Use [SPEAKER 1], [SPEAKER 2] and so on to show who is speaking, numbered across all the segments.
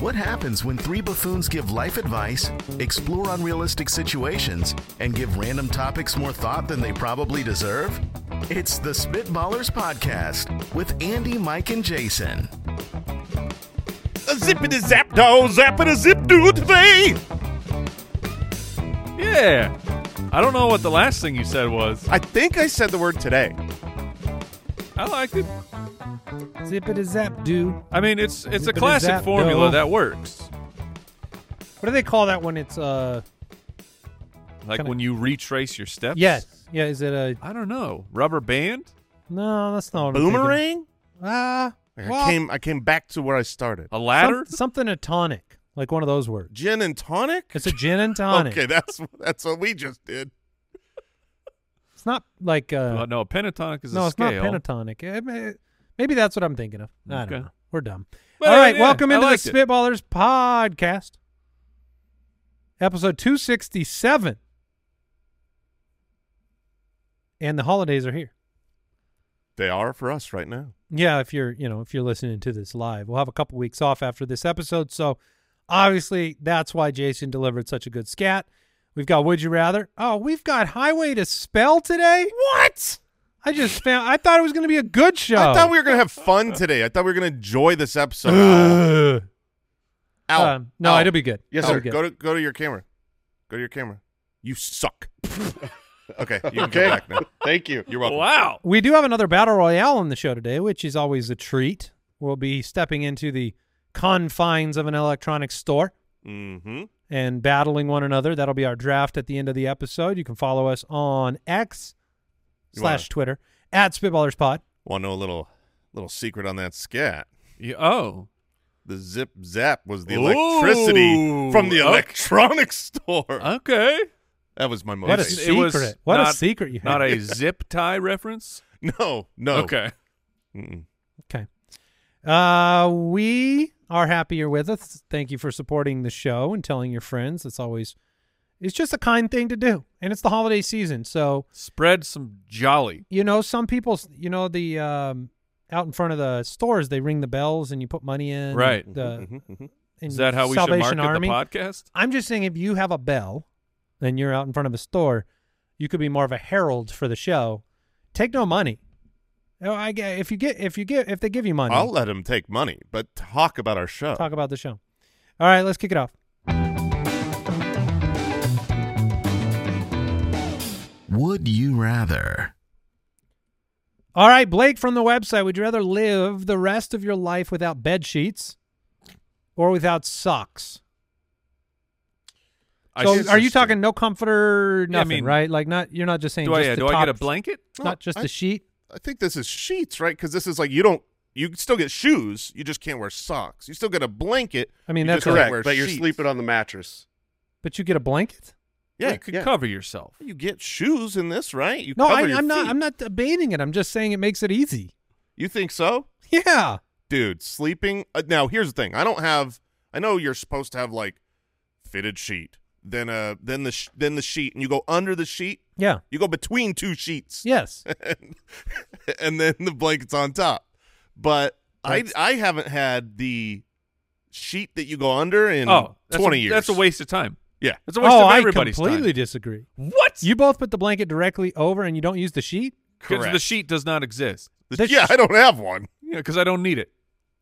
[SPEAKER 1] What happens when three buffoons give life advice, explore unrealistic situations, and give random topics more thought than they probably deserve? It's the Spitballers Podcast with Andy, Mike, and Jason.
[SPEAKER 2] A zippity zap do, zappity zip do today.
[SPEAKER 3] Yeah. I don't know what the last thing you said was.
[SPEAKER 2] I think I said the word today.
[SPEAKER 3] I liked it.
[SPEAKER 4] Zippity zap do.
[SPEAKER 3] I mean, it's it's a
[SPEAKER 4] Zippity
[SPEAKER 3] classic
[SPEAKER 4] zap
[SPEAKER 3] formula
[SPEAKER 4] do.
[SPEAKER 3] that works.
[SPEAKER 4] What do they call that when it's uh?
[SPEAKER 3] Like
[SPEAKER 4] Kinda-
[SPEAKER 3] when you retrace your steps.
[SPEAKER 4] Yes. Yeah. Is it a?
[SPEAKER 3] I don't know. Rubber band?
[SPEAKER 4] No, that's not what I'm thinking.
[SPEAKER 2] Boomerang?
[SPEAKER 4] Ah,
[SPEAKER 2] Like,
[SPEAKER 4] well,
[SPEAKER 2] I came I came back to where I started.
[SPEAKER 3] A
[SPEAKER 4] some-
[SPEAKER 3] ladder?
[SPEAKER 4] something a tonic, like one of those words.
[SPEAKER 2] Gin and tonic?
[SPEAKER 4] It's a gin and tonic.
[SPEAKER 2] Okay, that's that's what we just did.
[SPEAKER 4] It's not like
[SPEAKER 3] Uh,
[SPEAKER 4] uh.
[SPEAKER 3] no, a pentatonic is
[SPEAKER 4] no,
[SPEAKER 3] a
[SPEAKER 4] it's
[SPEAKER 3] scale.
[SPEAKER 4] not pentatonic. It may- maybe that's what I'm thinking of. I don't
[SPEAKER 3] Okay.
[SPEAKER 4] know. We're dumb.
[SPEAKER 3] Well,
[SPEAKER 4] All right,
[SPEAKER 3] yeah,
[SPEAKER 4] welcome
[SPEAKER 3] I
[SPEAKER 4] into the
[SPEAKER 3] liked it.
[SPEAKER 4] Spitballers podcast, episode 267. And the holidays are here.
[SPEAKER 2] They are for us right now.
[SPEAKER 4] Yeah, if you're, you know, if you're listening to this live, we'll have a couple weeks off after this episode. So obviously that's why Jason delivered such a good scat. We've got Would You Rather. Oh, we've got Highway to Spell today.
[SPEAKER 2] What?
[SPEAKER 4] I just found I thought it was gonna be a good show.
[SPEAKER 2] I thought we were gonna have fun today. I thought we were gonna enjoy this episode.
[SPEAKER 4] Ugh.
[SPEAKER 2] Ow.
[SPEAKER 4] Um, Uh, no,
[SPEAKER 2] Ow.
[SPEAKER 4] it'll be good.
[SPEAKER 2] Yes,
[SPEAKER 4] It'll
[SPEAKER 2] sir.
[SPEAKER 4] be good.
[SPEAKER 2] Go to go to your camera. Go to your camera. You suck. okay, you can go back now.
[SPEAKER 5] Thank you.
[SPEAKER 2] You're welcome.
[SPEAKER 3] Wow.
[SPEAKER 4] We do have another battle royale on the show today, which is always a treat. We'll be stepping into the confines of an electronics store
[SPEAKER 2] Mm-hmm.
[SPEAKER 4] and battling one another. That'll be our draft at the end of the episode. You can follow us on X
[SPEAKER 2] You wanna-
[SPEAKER 4] slash Twitter at SpitballersPod.
[SPEAKER 2] Want to know a little little secret on that scat?
[SPEAKER 3] Yeah, oh.
[SPEAKER 2] The zip zap was the electricity
[SPEAKER 3] Ooh.
[SPEAKER 2] from the
[SPEAKER 3] Oh.
[SPEAKER 2] electronics store.
[SPEAKER 4] Uh,
[SPEAKER 3] Okay.
[SPEAKER 2] That was my
[SPEAKER 4] What a
[SPEAKER 2] motivation.
[SPEAKER 3] It's- it was
[SPEAKER 4] secret. What a
[SPEAKER 3] not-
[SPEAKER 4] secret you
[SPEAKER 3] Not
[SPEAKER 4] have.
[SPEAKER 3] a zip tie reference?
[SPEAKER 2] No, no.
[SPEAKER 3] Okay.
[SPEAKER 2] Mm-mm.
[SPEAKER 4] Okay. Uh, we are happy you're with us. Thank you for supporting the show and telling your friends. It's always, it's just a kind thing to do. And it's the holiday season. So
[SPEAKER 3] Spread some jolly.
[SPEAKER 4] you know some people you know the um out in front of the stores they ring the bells and you put money in
[SPEAKER 3] Right. Mm-hmm,
[SPEAKER 4] the, in
[SPEAKER 3] Is that how we
[SPEAKER 4] salvation
[SPEAKER 3] should market
[SPEAKER 4] army
[SPEAKER 3] the podcast?
[SPEAKER 4] i'm just saying if you have a bell and you're out in front of a store you could be more of a herald for the show take no money no i get if you get if you get if they give you money
[SPEAKER 2] I'll let him take money, but talk about our show.
[SPEAKER 4] talk about the show all right let's kick it off
[SPEAKER 1] Would you rather?
[SPEAKER 4] all right blake from the website would you rather live the rest of your life without bed sheets or without socks
[SPEAKER 3] I
[SPEAKER 4] So
[SPEAKER 3] should-
[SPEAKER 4] are you talking no comforter,
[SPEAKER 3] Yeah, I
[SPEAKER 4] nothing,
[SPEAKER 3] mean,
[SPEAKER 4] right? Like not you're not just saying
[SPEAKER 3] do I,
[SPEAKER 4] just
[SPEAKER 3] yeah,
[SPEAKER 4] the
[SPEAKER 3] do I get a
[SPEAKER 4] top-
[SPEAKER 3] blanket?
[SPEAKER 4] not just
[SPEAKER 2] I-
[SPEAKER 4] the sheet.
[SPEAKER 2] I think this is sheets, right? Because this is like you don't. You still get shoes. You just can't wear socks. You still get a blanket.
[SPEAKER 4] I mean
[SPEAKER 2] you
[SPEAKER 4] that's
[SPEAKER 2] just
[SPEAKER 4] correct.
[SPEAKER 2] can't wear
[SPEAKER 5] Correct, but you're
[SPEAKER 2] sheets.
[SPEAKER 5] sleeping on the mattress.
[SPEAKER 4] But you get a blanket?
[SPEAKER 2] Yeah,
[SPEAKER 3] you could
[SPEAKER 2] yeah.
[SPEAKER 3] cover yourself.
[SPEAKER 2] You get shoes in this, right? You
[SPEAKER 4] No,
[SPEAKER 2] cover
[SPEAKER 4] I,
[SPEAKER 2] your
[SPEAKER 4] I'm not.
[SPEAKER 2] feet.
[SPEAKER 4] I'm not debating it. I'm just saying it makes it easy.
[SPEAKER 2] You think so?
[SPEAKER 4] Yeah.
[SPEAKER 2] dude sleeping uh, now here's the thing i don't have i know you're supposed to have like fitted sheet then uh then the sh- then the sheet and you go under the sheet
[SPEAKER 4] Yeah.
[SPEAKER 2] you go between two sheets
[SPEAKER 4] Yes.
[SPEAKER 2] and, then the blanket's on top but
[SPEAKER 4] That's-
[SPEAKER 2] i i haven't had the sheet that you go under in
[SPEAKER 3] oh, that's
[SPEAKER 2] 20
[SPEAKER 3] a,
[SPEAKER 2] years
[SPEAKER 3] That's a waste of time.
[SPEAKER 2] yeah
[SPEAKER 3] That's a waste
[SPEAKER 4] oh,
[SPEAKER 3] of
[SPEAKER 4] I
[SPEAKER 3] everybody's
[SPEAKER 4] completely
[SPEAKER 3] time.
[SPEAKER 4] disagree.
[SPEAKER 3] What?
[SPEAKER 4] You both put the blanket directly over, and you don't use the sheet.
[SPEAKER 3] Because
[SPEAKER 2] Correct.
[SPEAKER 3] the sheet does not exist.
[SPEAKER 2] The-
[SPEAKER 4] The
[SPEAKER 2] yeah
[SPEAKER 4] sh-
[SPEAKER 2] i don't have one
[SPEAKER 3] Yeah, because I don't need it.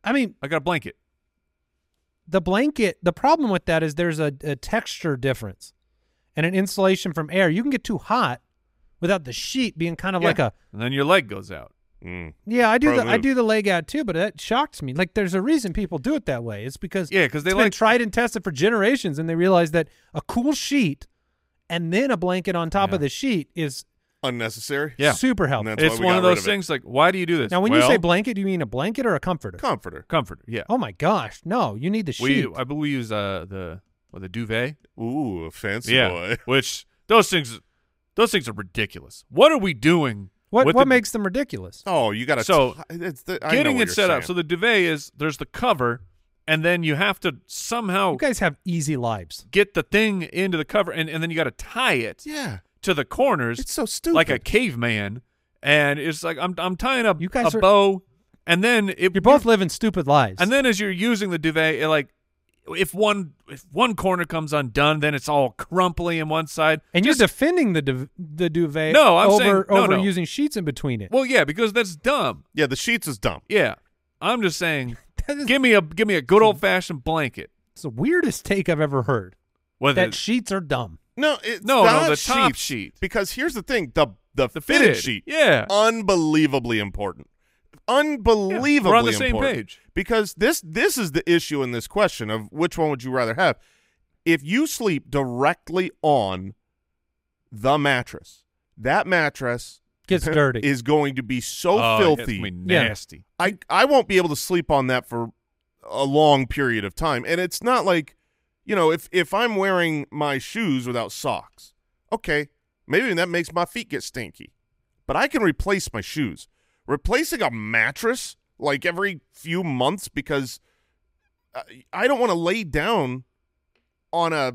[SPEAKER 4] I mean,
[SPEAKER 3] I got a blanket.
[SPEAKER 4] the blanket. The problem with that is there's a, a texture difference, and an insulation from air. You can get too hot without the sheet being kind of like
[SPEAKER 3] Yeah.
[SPEAKER 4] a
[SPEAKER 3] And then your leg goes out.
[SPEAKER 2] Mm.
[SPEAKER 4] Yeah, I do.
[SPEAKER 2] Pro
[SPEAKER 4] The, I
[SPEAKER 2] move.
[SPEAKER 4] do the leg out too, but that shocks me. Like, there's a reason people do it that way. It's because
[SPEAKER 3] Yeah, because they
[SPEAKER 4] it's been
[SPEAKER 3] like
[SPEAKER 4] tried and tested for generations, and they realize that a cool sheet and then a blanket on top
[SPEAKER 3] Yeah.
[SPEAKER 4] of the sheet is
[SPEAKER 2] unnecessary.
[SPEAKER 3] Yeah.
[SPEAKER 4] Super
[SPEAKER 2] And
[SPEAKER 4] helpful.
[SPEAKER 2] that's why
[SPEAKER 3] It's
[SPEAKER 2] we
[SPEAKER 3] one
[SPEAKER 2] got
[SPEAKER 3] of
[SPEAKER 2] rid
[SPEAKER 3] those
[SPEAKER 2] it.
[SPEAKER 3] things like, why do you do this?
[SPEAKER 4] Now, when you
[SPEAKER 3] Well,
[SPEAKER 4] say blanket, do you mean a blanket or a comforter?
[SPEAKER 2] Comforter.
[SPEAKER 3] comforter, yeah.
[SPEAKER 4] Oh my gosh, no! You need the sheet.
[SPEAKER 3] we, I believe we use uh, the what, the duvet.
[SPEAKER 2] Ooh, a fancy boy.
[SPEAKER 3] which those things, those things are ridiculous. What are we doing?
[SPEAKER 4] what
[SPEAKER 3] with
[SPEAKER 4] what
[SPEAKER 3] the-
[SPEAKER 4] makes them ridiculous?
[SPEAKER 2] Oh, you got to
[SPEAKER 3] So,
[SPEAKER 2] it's the, I know
[SPEAKER 3] getting
[SPEAKER 2] what
[SPEAKER 3] it
[SPEAKER 2] you're
[SPEAKER 3] set up? So
[SPEAKER 2] saying.
[SPEAKER 3] the duvet is there's the cover, and then you have to somehow
[SPEAKER 4] You guys have easy lives.
[SPEAKER 3] get the thing into the cover, and, and then you got to tie it
[SPEAKER 2] yeah,
[SPEAKER 3] to the corners
[SPEAKER 2] it's so stupid.
[SPEAKER 3] like a caveman. And it's like I'm I'm tying up
[SPEAKER 4] You guys
[SPEAKER 3] a
[SPEAKER 4] are-
[SPEAKER 3] bow, and then it
[SPEAKER 4] You're both living stupid lives.
[SPEAKER 3] And then as you're using the duvet, it like if one if one corner comes undone, then it's all crumply in one side.
[SPEAKER 4] and
[SPEAKER 3] Just-
[SPEAKER 4] you're defending the du- the duvet.
[SPEAKER 3] No, I'm
[SPEAKER 4] over
[SPEAKER 3] saying- no,
[SPEAKER 4] over
[SPEAKER 3] no.
[SPEAKER 4] using sheets in between it.
[SPEAKER 3] well, yeah, because that's dumb.
[SPEAKER 2] yeah, the sheets is dumb.
[SPEAKER 3] Yeah, I'm just saying,
[SPEAKER 4] that is
[SPEAKER 3] give me a give me a good old fashioned blanket.
[SPEAKER 4] it's the weirdest take I've ever heard.
[SPEAKER 3] Whether
[SPEAKER 4] That sheets are dumb.
[SPEAKER 2] No, it's
[SPEAKER 3] No, no,
[SPEAKER 2] not
[SPEAKER 3] the top
[SPEAKER 2] sheets,
[SPEAKER 3] sheet.
[SPEAKER 2] Because here's the thing: the the,
[SPEAKER 3] the
[SPEAKER 2] fitted,
[SPEAKER 3] fitted
[SPEAKER 2] sheet,
[SPEAKER 3] yeah,
[SPEAKER 4] Oh,
[SPEAKER 2] unbelievably important, unbelievably
[SPEAKER 3] Yeah, we're on the same
[SPEAKER 2] important.
[SPEAKER 3] page.
[SPEAKER 2] Because this this is the issue in this question of which one would you rather have? If you sleep directly on the mattress, that mattress
[SPEAKER 4] Gets dirty.
[SPEAKER 2] is going to be so
[SPEAKER 3] Oh, it gets
[SPEAKER 2] filthy.
[SPEAKER 3] me
[SPEAKER 4] Yeah.
[SPEAKER 3] nasty.
[SPEAKER 2] I I won't be able to sleep on that for a long period of time. And it's not like, you know, if if I'm wearing my shoes without socks, okay, maybe that makes my feet get stinky. But I can replace my shoes. Replacing a mattress like every few months because I, I don't want to lay down on a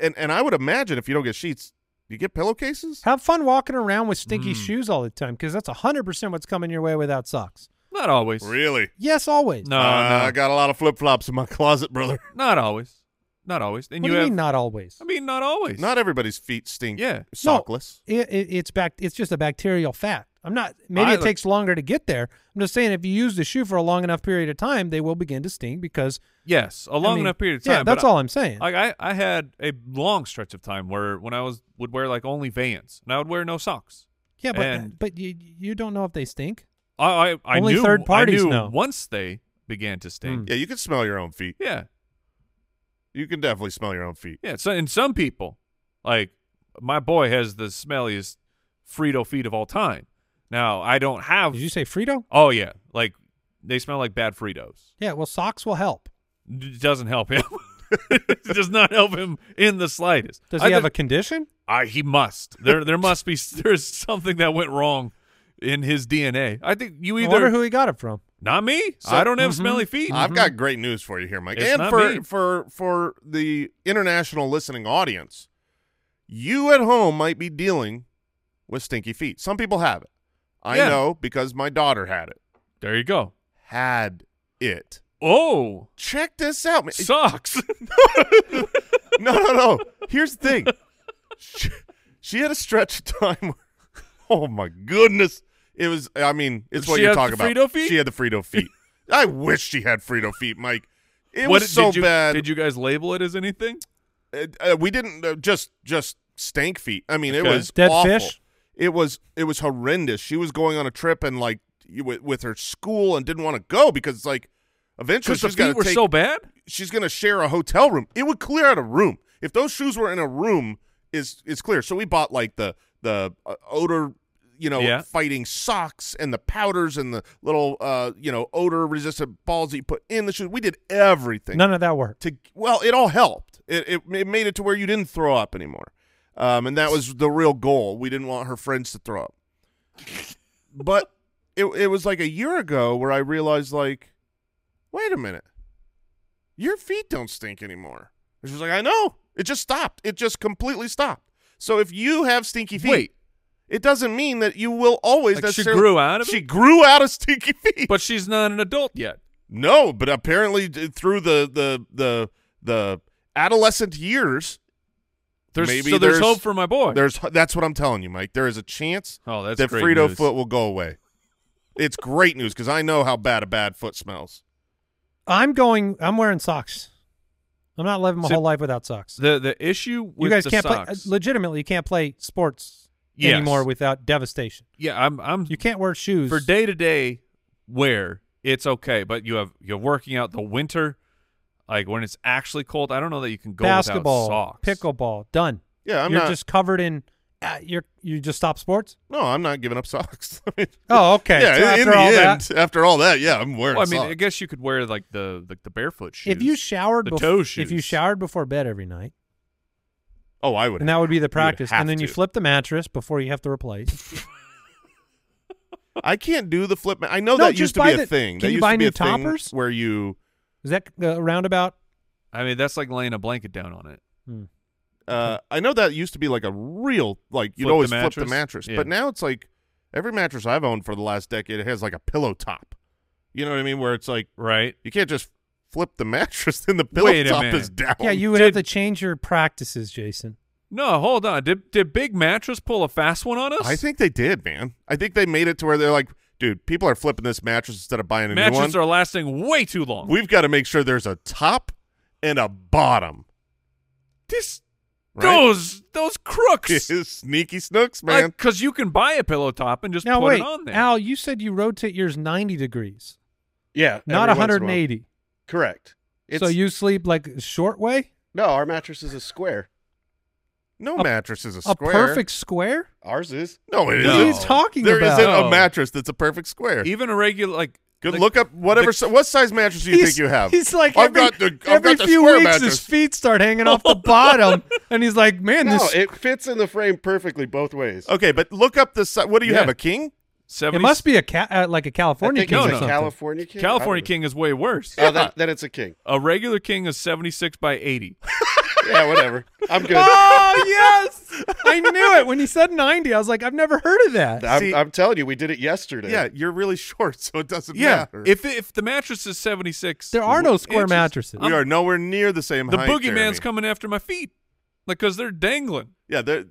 [SPEAKER 2] and and I would imagine if you don't get sheets, you get pillowcases?
[SPEAKER 4] Have fun walking around with stinky
[SPEAKER 3] Mm.
[SPEAKER 4] shoes all the time because that's 100% what's coming your way without socks.
[SPEAKER 3] Not always.
[SPEAKER 2] Really?
[SPEAKER 4] Yes, always.
[SPEAKER 3] No,
[SPEAKER 2] Uh,
[SPEAKER 3] no,
[SPEAKER 2] I got a lot of flip-flops in my closet, brother.
[SPEAKER 3] not always. Not always. And
[SPEAKER 4] what do
[SPEAKER 3] you
[SPEAKER 4] you
[SPEAKER 3] have.
[SPEAKER 4] mean not always?
[SPEAKER 3] I mean, not always.
[SPEAKER 2] Not everybody's feet stink.
[SPEAKER 3] Yeah.
[SPEAKER 4] No,
[SPEAKER 2] Sockless.
[SPEAKER 4] it, it, it's back. It's just a bacterial fat. I'm not. Maybe
[SPEAKER 3] I-
[SPEAKER 4] it takes longer to get there. I'm just saying, if you use the shoe for a long enough period of time, they will begin to sting because
[SPEAKER 3] Yes, a
[SPEAKER 4] I
[SPEAKER 3] long
[SPEAKER 4] mean,
[SPEAKER 3] enough period of time.
[SPEAKER 4] Yeah,
[SPEAKER 3] but
[SPEAKER 4] that's all I'm saying.
[SPEAKER 3] Like I, I had a long stretch of time where when I was would wear like only Vans and I would wear no socks.
[SPEAKER 4] yeah, but
[SPEAKER 3] and-
[SPEAKER 4] but you you don't know if they stink.
[SPEAKER 3] I I, I
[SPEAKER 4] Only
[SPEAKER 3] knew
[SPEAKER 4] third parties
[SPEAKER 3] I knew
[SPEAKER 4] know. Hmm.
[SPEAKER 3] once they began to stink.
[SPEAKER 4] Mm.
[SPEAKER 2] Yeah, you can smell your own feet.
[SPEAKER 3] Yeah,
[SPEAKER 2] You can definitely smell your own feet.
[SPEAKER 3] yeah. So and some people, like my boy, has the smelliest Frito feet of all time. Now I don't have.
[SPEAKER 4] Did you say Frito?
[SPEAKER 3] oh yeah, like they smell like bad Fritos.
[SPEAKER 4] Yeah. Well, socks will help.
[SPEAKER 3] It doesn't help him. it does not help him in the slightest.
[SPEAKER 4] Does
[SPEAKER 3] I
[SPEAKER 4] he have
[SPEAKER 3] thi-
[SPEAKER 4] a condition?
[SPEAKER 3] I he must. There there must be there's something that went wrong in his DNA. I think you
[SPEAKER 4] I wonder
[SPEAKER 3] either
[SPEAKER 4] who he got it from.
[SPEAKER 3] not me.
[SPEAKER 2] So- mm-hmm.
[SPEAKER 3] I don't have
[SPEAKER 4] Mhm.
[SPEAKER 3] smelly feet.
[SPEAKER 2] I've got great news for you here, Mike.
[SPEAKER 3] Mm-hmm. It's
[SPEAKER 2] and
[SPEAKER 3] not
[SPEAKER 2] for
[SPEAKER 3] me.
[SPEAKER 2] for for the international listening audience, you at home might be dealing with stinky feet. Some people have it. I
[SPEAKER 3] Yeah.
[SPEAKER 2] know because my daughter had it.
[SPEAKER 3] there you go.
[SPEAKER 2] Had it.
[SPEAKER 3] Oh,
[SPEAKER 2] Check this out. man.
[SPEAKER 3] socks.
[SPEAKER 2] no, no, no. Here's the thing. She, she had a stretch of time. where- Oh my goodness! It was. I mean, it's what
[SPEAKER 3] She
[SPEAKER 2] you're
[SPEAKER 3] had
[SPEAKER 2] talking
[SPEAKER 3] the
[SPEAKER 2] about.
[SPEAKER 3] Frito feet?
[SPEAKER 2] She had the Frito feet. I wish she had Frito feet, Mike. It
[SPEAKER 3] What
[SPEAKER 2] was so
[SPEAKER 3] did you,
[SPEAKER 2] bad.
[SPEAKER 3] Did you guys label it as anything?
[SPEAKER 2] uh, uh, we didn't uh, just just stank feet. I mean,
[SPEAKER 3] Okay.
[SPEAKER 2] it was
[SPEAKER 4] Dead
[SPEAKER 2] awful.
[SPEAKER 4] fish?
[SPEAKER 2] It was it was horrendous. She was going on a trip and like you- with, with her school and didn't want to go because it's like eventually
[SPEAKER 3] Because the
[SPEAKER 2] she's got
[SPEAKER 3] feet
[SPEAKER 2] to
[SPEAKER 3] were
[SPEAKER 2] take
[SPEAKER 3] so bad.
[SPEAKER 2] she's gonna share a hotel room. It would clear out a room if those shoes were in a room. Is is clear? So we bought like the the uh, odor, you know,
[SPEAKER 3] Yeah.
[SPEAKER 2] fighting socks and the powders and the little uh you know odor resistant balls that you put in the shoes. We did everything
[SPEAKER 4] None of that worked.
[SPEAKER 2] to well, it all helped. It it, it made it to where you didn't throw up anymore, um, and that was the real goal. We didn't want her friends to throw up, but it it was like a year ago where I realized like, wait a minute, your feet don't stink anymore. And she was like, I know. It just stopped. It just completely stopped. So if you have stinky feet,
[SPEAKER 3] Wait.
[SPEAKER 2] it doesn't mean that you will always
[SPEAKER 3] Like she
[SPEAKER 2] necessarily.
[SPEAKER 3] grew out of
[SPEAKER 2] She
[SPEAKER 3] it,
[SPEAKER 2] grew out of stinky feet.
[SPEAKER 3] but she's not an adult yet.
[SPEAKER 2] No, but apparently d- through the the the the adolescent years,
[SPEAKER 3] There's,
[SPEAKER 2] Maybe
[SPEAKER 3] so there's,
[SPEAKER 2] there's-
[SPEAKER 3] hope for my boy.
[SPEAKER 2] there's that's what I'm telling you, Mike. There is a chance
[SPEAKER 3] oh, that's
[SPEAKER 2] that
[SPEAKER 3] great
[SPEAKER 2] Frito
[SPEAKER 3] news.
[SPEAKER 2] foot will go away. It's great news because I know how bad a bad foot smells.
[SPEAKER 4] I'm going. I'm wearing socks. I'm not living my
[SPEAKER 3] So-
[SPEAKER 4] whole life without socks.
[SPEAKER 3] The the issue
[SPEAKER 4] You
[SPEAKER 3] with
[SPEAKER 4] guys
[SPEAKER 3] the
[SPEAKER 4] can't
[SPEAKER 2] uh,
[SPEAKER 4] play.
[SPEAKER 3] socks.
[SPEAKER 4] Legitimately, you can't play sports
[SPEAKER 3] Yes.
[SPEAKER 4] anymore without devastation.
[SPEAKER 3] yeah, I'm I'm
[SPEAKER 4] You can't wear shoes
[SPEAKER 3] for day to day wear, it's okay. But you have you're working out the winter, like when it's actually cold. I don't know that you can go
[SPEAKER 4] basketball,
[SPEAKER 3] without socks.
[SPEAKER 4] pickleball, done.
[SPEAKER 2] Yeah, I'm
[SPEAKER 4] You're
[SPEAKER 2] not.
[SPEAKER 4] just covered in Uh, you're you just stop sports?
[SPEAKER 2] No, I'm not giving up socks. I mean,
[SPEAKER 4] Oh, okay.
[SPEAKER 2] yeah,
[SPEAKER 4] So
[SPEAKER 2] in-
[SPEAKER 4] after
[SPEAKER 2] in the
[SPEAKER 4] all
[SPEAKER 2] end,
[SPEAKER 4] that,
[SPEAKER 2] after all that, yeah, I'm wearing
[SPEAKER 3] Well, I mean,
[SPEAKER 2] socks.
[SPEAKER 3] I guess you could wear like the like the barefoot shoes.
[SPEAKER 4] if you showered
[SPEAKER 3] the
[SPEAKER 4] bef-
[SPEAKER 3] toe
[SPEAKER 4] if you
[SPEAKER 3] shoes.
[SPEAKER 4] showered before bed every night,
[SPEAKER 2] oh, I would.
[SPEAKER 4] and that would be the practice,
[SPEAKER 3] have
[SPEAKER 4] and then you
[SPEAKER 3] to.
[SPEAKER 4] flip the mattress before you have to replace.
[SPEAKER 2] I can't do the flip. ma- I know
[SPEAKER 4] No,
[SPEAKER 2] that
[SPEAKER 4] just
[SPEAKER 2] used to
[SPEAKER 4] buy
[SPEAKER 2] be a
[SPEAKER 4] the-
[SPEAKER 2] thing.
[SPEAKER 4] can
[SPEAKER 2] That
[SPEAKER 4] you
[SPEAKER 2] used
[SPEAKER 4] buy
[SPEAKER 2] to be
[SPEAKER 4] new
[SPEAKER 2] a thing
[SPEAKER 4] toppers?
[SPEAKER 2] where you
[SPEAKER 4] Is that uh, roundabout?
[SPEAKER 3] I mean, that's like laying a blanket down on it.
[SPEAKER 2] Uh, I know that used to be like a real like you'd
[SPEAKER 3] Flip the
[SPEAKER 2] always flip the
[SPEAKER 3] mattress?
[SPEAKER 2] mattress,
[SPEAKER 3] Yeah.
[SPEAKER 2] but now it's like every mattress I've owned for the last decade it has like a pillow top. You know what I mean? Where it's like
[SPEAKER 3] Right.
[SPEAKER 2] you can't just flip the mattress, then the pillow
[SPEAKER 3] Wait a
[SPEAKER 2] top
[SPEAKER 3] minute.
[SPEAKER 2] is down.
[SPEAKER 4] Yeah, you would
[SPEAKER 3] Oh, Did-
[SPEAKER 4] have to change your practices, Jason.
[SPEAKER 3] No, hold on. Did did Big Mattress pull a fast one on us?
[SPEAKER 2] I think they did, man. I think they made it to where they're like, dude, people are flipping this mattress instead of buying a new one.
[SPEAKER 3] mattresses are lasting way too long.
[SPEAKER 2] We've got to make sure there's a top and a bottom.
[SPEAKER 3] this
[SPEAKER 2] Right?
[SPEAKER 3] those those crooks.
[SPEAKER 2] sneaky snooks, man.
[SPEAKER 3] Because you can buy a pillow top and just
[SPEAKER 4] now
[SPEAKER 3] put
[SPEAKER 4] wait,
[SPEAKER 3] it on there.
[SPEAKER 4] Al, you said you rotate yours 90 degrees,
[SPEAKER 5] Yeah,
[SPEAKER 4] not
[SPEAKER 5] every once in a while.
[SPEAKER 4] 180.
[SPEAKER 5] Correct. It's,
[SPEAKER 4] So you sleep like a short way,
[SPEAKER 5] no, our mattress is a square.
[SPEAKER 2] no
[SPEAKER 4] a-
[SPEAKER 2] mattress is a
[SPEAKER 4] a
[SPEAKER 2] square.
[SPEAKER 4] perfect square.
[SPEAKER 5] Ours is.
[SPEAKER 2] No, it
[SPEAKER 3] No.
[SPEAKER 4] What are you
[SPEAKER 2] not
[SPEAKER 4] talking
[SPEAKER 2] There not
[SPEAKER 4] about?
[SPEAKER 2] a
[SPEAKER 3] No.
[SPEAKER 2] mattress that's a perfect square.
[SPEAKER 3] Even a regular like
[SPEAKER 2] Good.
[SPEAKER 3] the-
[SPEAKER 2] look up whatever.
[SPEAKER 3] the-
[SPEAKER 2] si- what size mattress do you
[SPEAKER 4] He's-
[SPEAKER 2] think you have?
[SPEAKER 4] He's like
[SPEAKER 2] I've
[SPEAKER 4] every,
[SPEAKER 2] got the I've
[SPEAKER 4] every
[SPEAKER 2] got the
[SPEAKER 4] few
[SPEAKER 2] square
[SPEAKER 4] weeks his
[SPEAKER 2] mattress.
[SPEAKER 4] feet start hanging off the bottom, and he's like, "Man,
[SPEAKER 5] No,
[SPEAKER 4] this
[SPEAKER 5] it fits in the frame perfectly both ways.
[SPEAKER 2] okay, but look up the si- what do you
[SPEAKER 3] Yeah.
[SPEAKER 2] have? A king?
[SPEAKER 4] it
[SPEAKER 3] 70s
[SPEAKER 4] must be a ca- uh, like a
[SPEAKER 5] I
[SPEAKER 4] California
[SPEAKER 5] think
[SPEAKER 4] king
[SPEAKER 3] no,
[SPEAKER 5] it's
[SPEAKER 4] or
[SPEAKER 3] no.
[SPEAKER 5] a
[SPEAKER 4] something.
[SPEAKER 5] California king.
[SPEAKER 3] California
[SPEAKER 5] I don't
[SPEAKER 3] king is way worse.
[SPEAKER 5] know. Oh, then, then it's a king.
[SPEAKER 3] a regular king is 76 by 80.
[SPEAKER 5] Yeah, whatever. I'm good.
[SPEAKER 4] oh yes, I knew it when he said ninety. I was like, "I've never heard of that."
[SPEAKER 5] I'm,
[SPEAKER 2] See-
[SPEAKER 5] I'm telling you, we did it yesterday.
[SPEAKER 2] Yeah, you're really short, so it doesn't
[SPEAKER 3] yeah.
[SPEAKER 2] matter.
[SPEAKER 3] If if the mattress is 76,
[SPEAKER 4] There are no square
[SPEAKER 3] inches,
[SPEAKER 4] mattresses.
[SPEAKER 2] we are nowhere near the same
[SPEAKER 3] The
[SPEAKER 2] height,
[SPEAKER 3] boogeyman's
[SPEAKER 2] Jeremy.
[SPEAKER 3] coming after my feet, like because they're dangling.
[SPEAKER 2] Yeah, they're,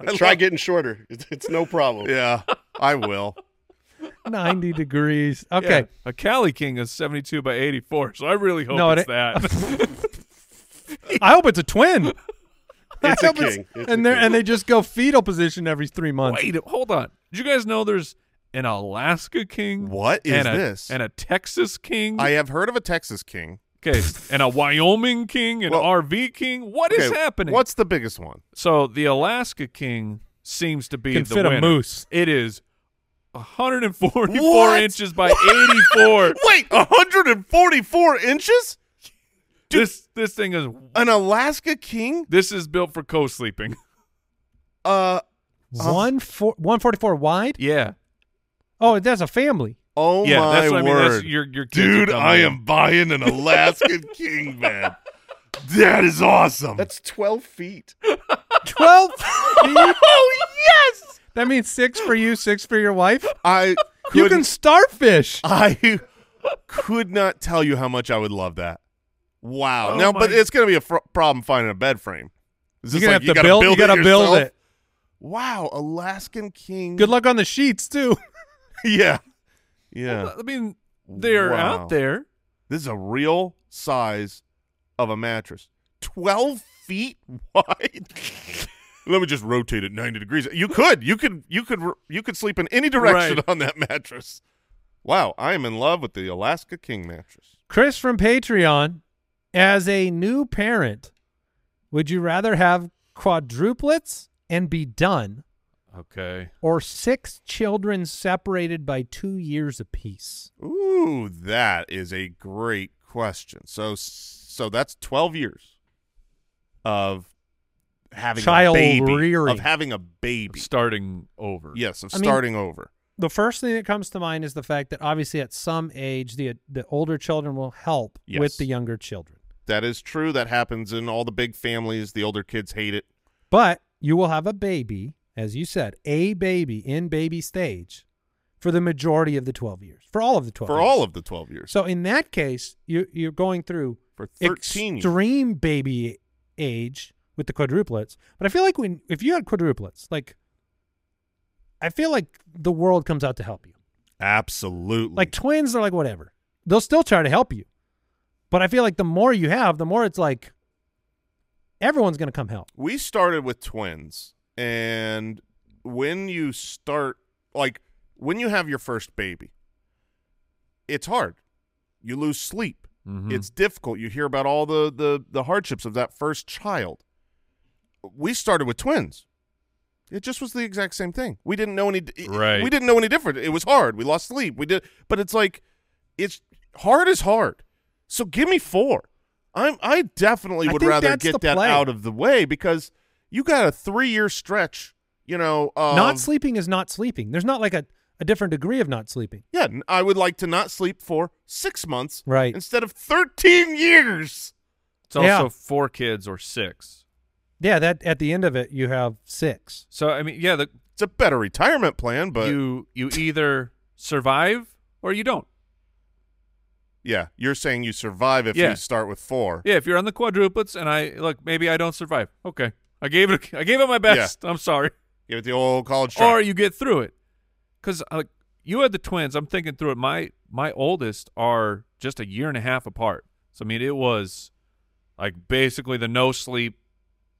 [SPEAKER 2] I
[SPEAKER 5] Try
[SPEAKER 2] love-
[SPEAKER 5] getting shorter. It's, it's no problem.
[SPEAKER 2] Yeah, I will.
[SPEAKER 4] Ninety degrees.
[SPEAKER 3] Yeah.
[SPEAKER 4] Okay,
[SPEAKER 3] A Cali King is 72 by 84, so I really hope
[SPEAKER 4] No, it
[SPEAKER 3] it's that.
[SPEAKER 4] I hope it's a twin.
[SPEAKER 5] It's
[SPEAKER 4] I
[SPEAKER 5] a
[SPEAKER 4] hope
[SPEAKER 5] king. It's a
[SPEAKER 4] and they
[SPEAKER 5] king.
[SPEAKER 4] and they just go fetal position every three months.
[SPEAKER 3] Wait, hold on. Did you guys know there's an Alaska King?
[SPEAKER 2] What is
[SPEAKER 3] and a,
[SPEAKER 2] this?
[SPEAKER 3] And a Texas King?
[SPEAKER 2] I have heard of a Texas king.
[SPEAKER 3] okay. and a Wyoming King, an
[SPEAKER 2] Well-
[SPEAKER 3] RV King. What is
[SPEAKER 2] Okay,
[SPEAKER 3] happening?
[SPEAKER 2] What's the biggest one?
[SPEAKER 3] So the Alaska King seems to be
[SPEAKER 4] Can
[SPEAKER 3] the
[SPEAKER 4] fit a
[SPEAKER 3] winner.
[SPEAKER 4] moose.
[SPEAKER 3] It is 144
[SPEAKER 2] What?
[SPEAKER 3] inches by 84.
[SPEAKER 2] Wait, 144 inches?
[SPEAKER 3] This this thing is
[SPEAKER 2] An Alaska king?
[SPEAKER 3] this is built for co-sleeping.
[SPEAKER 2] Uh
[SPEAKER 4] One four one forty four wide.
[SPEAKER 3] Yeah.
[SPEAKER 4] Oh, that's a family.
[SPEAKER 2] oh
[SPEAKER 3] yeah,
[SPEAKER 2] my
[SPEAKER 3] that's what I
[SPEAKER 2] word.
[SPEAKER 3] mean. That's your your kids are
[SPEAKER 2] Dude,
[SPEAKER 3] dumb,
[SPEAKER 2] I
[SPEAKER 3] man.
[SPEAKER 2] am buying an Alaskan king, man. That is awesome.
[SPEAKER 5] That's 12 feet.
[SPEAKER 4] Twelve. oh yes. That means six for you, six for your wife.
[SPEAKER 2] I
[SPEAKER 4] You can
[SPEAKER 2] couldn't-
[SPEAKER 4] starfish.
[SPEAKER 2] I could not tell you how much I would love that. Wow.
[SPEAKER 3] Oh
[SPEAKER 2] now, but
[SPEAKER 3] my-
[SPEAKER 2] it's going to be a fr- problem finding a bed frame. Is this
[SPEAKER 4] You're gonna
[SPEAKER 2] like
[SPEAKER 4] have to build. You
[SPEAKER 2] gotta
[SPEAKER 4] gotta build
[SPEAKER 2] yourself?
[SPEAKER 4] it.
[SPEAKER 2] Wow, Alaskan king.
[SPEAKER 4] Good luck on the sheets too.
[SPEAKER 2] yeah. Yeah.
[SPEAKER 3] I mean, they're
[SPEAKER 2] Wow.
[SPEAKER 3] out there.
[SPEAKER 2] This is a real size of a mattress. 12 feet wide. Let me just rotate it 90 degrees. You could. You could you could you could sleep in any direction
[SPEAKER 3] Right.
[SPEAKER 2] on that mattress. Wow, I am in love with the Alaska King mattress.
[SPEAKER 4] Chris from Patreon, as a new parent, would you rather have quadruplets and be done
[SPEAKER 3] Okay.
[SPEAKER 4] or six children separated by two years apiece?
[SPEAKER 2] Ooh, that is a great question. So so that's 12 years of having
[SPEAKER 4] Child
[SPEAKER 2] a baby,
[SPEAKER 4] rearing.
[SPEAKER 2] of having a baby.
[SPEAKER 3] Starting over.
[SPEAKER 2] Yes, of
[SPEAKER 4] I mean-
[SPEAKER 2] starting over.
[SPEAKER 4] The first thing that comes to mind is the fact that obviously at some age the the older children will help
[SPEAKER 2] Yes.
[SPEAKER 4] with the younger children.
[SPEAKER 2] That is true. That happens in all the big families. The older kids hate it.
[SPEAKER 4] But you will have a baby, as you said, a baby in baby stage for the majority of the 12 years. For all of the 12
[SPEAKER 2] for
[SPEAKER 4] years.
[SPEAKER 2] all of the 12 years.
[SPEAKER 4] So in that case, you you're going through
[SPEAKER 2] for 13 years.
[SPEAKER 4] extreme baby age with the quadruplets. But I feel like when if you had quadruplets, like I feel like the world comes out to help you.
[SPEAKER 2] Absolutely.
[SPEAKER 4] Like twins are like whatever. They'll still try to help you. But I feel like the more you have, the more it's like everyone's going to come help.
[SPEAKER 2] we started with twins and when you start like when you have your first baby it's hard. You lose sleep.
[SPEAKER 3] Mhm.
[SPEAKER 2] It's difficult. You hear about all the the the hardships of that first child. We started with twins. It just was the exact same thing. We didn't know any. it-
[SPEAKER 3] Right.
[SPEAKER 2] We didn't know any different. It was hard. We lost sleep. We did, but it's like, it's hard is hard. So give me four. I'm. I definitely
[SPEAKER 4] I
[SPEAKER 2] would
[SPEAKER 4] think
[SPEAKER 2] rather
[SPEAKER 4] that's the
[SPEAKER 2] get that
[SPEAKER 4] play.
[SPEAKER 2] out of the way because you got a three year stretch. You know, um, of,
[SPEAKER 3] Um,
[SPEAKER 4] not sleeping is not sleeping. There's not like a, a different degree of not sleeping.
[SPEAKER 2] Yeah, n- I would like to not sleep for six months,
[SPEAKER 4] Right.
[SPEAKER 2] Instead of thirteen years.
[SPEAKER 3] It's also
[SPEAKER 4] Yeah.
[SPEAKER 3] four kids or six.
[SPEAKER 4] Yeah, that at the end of it you have six.
[SPEAKER 3] So I mean, yeah, the,
[SPEAKER 2] It's a better retirement plan, but
[SPEAKER 3] you you either survive or you don't.
[SPEAKER 2] yeah, you're saying you survive if
[SPEAKER 3] Yeah.
[SPEAKER 2] you start with four.
[SPEAKER 3] Yeah, if you're on the quadruplets and I look, maybe I don't survive. Okay. I gave it I gave it my best. I'm sorry.
[SPEAKER 2] Give it the old college try.
[SPEAKER 3] Or you get through it. Cuz like you had the twins, I'm thinking through it. My my oldest are just a year and a half apart. So I mean, it was like basically the no sleep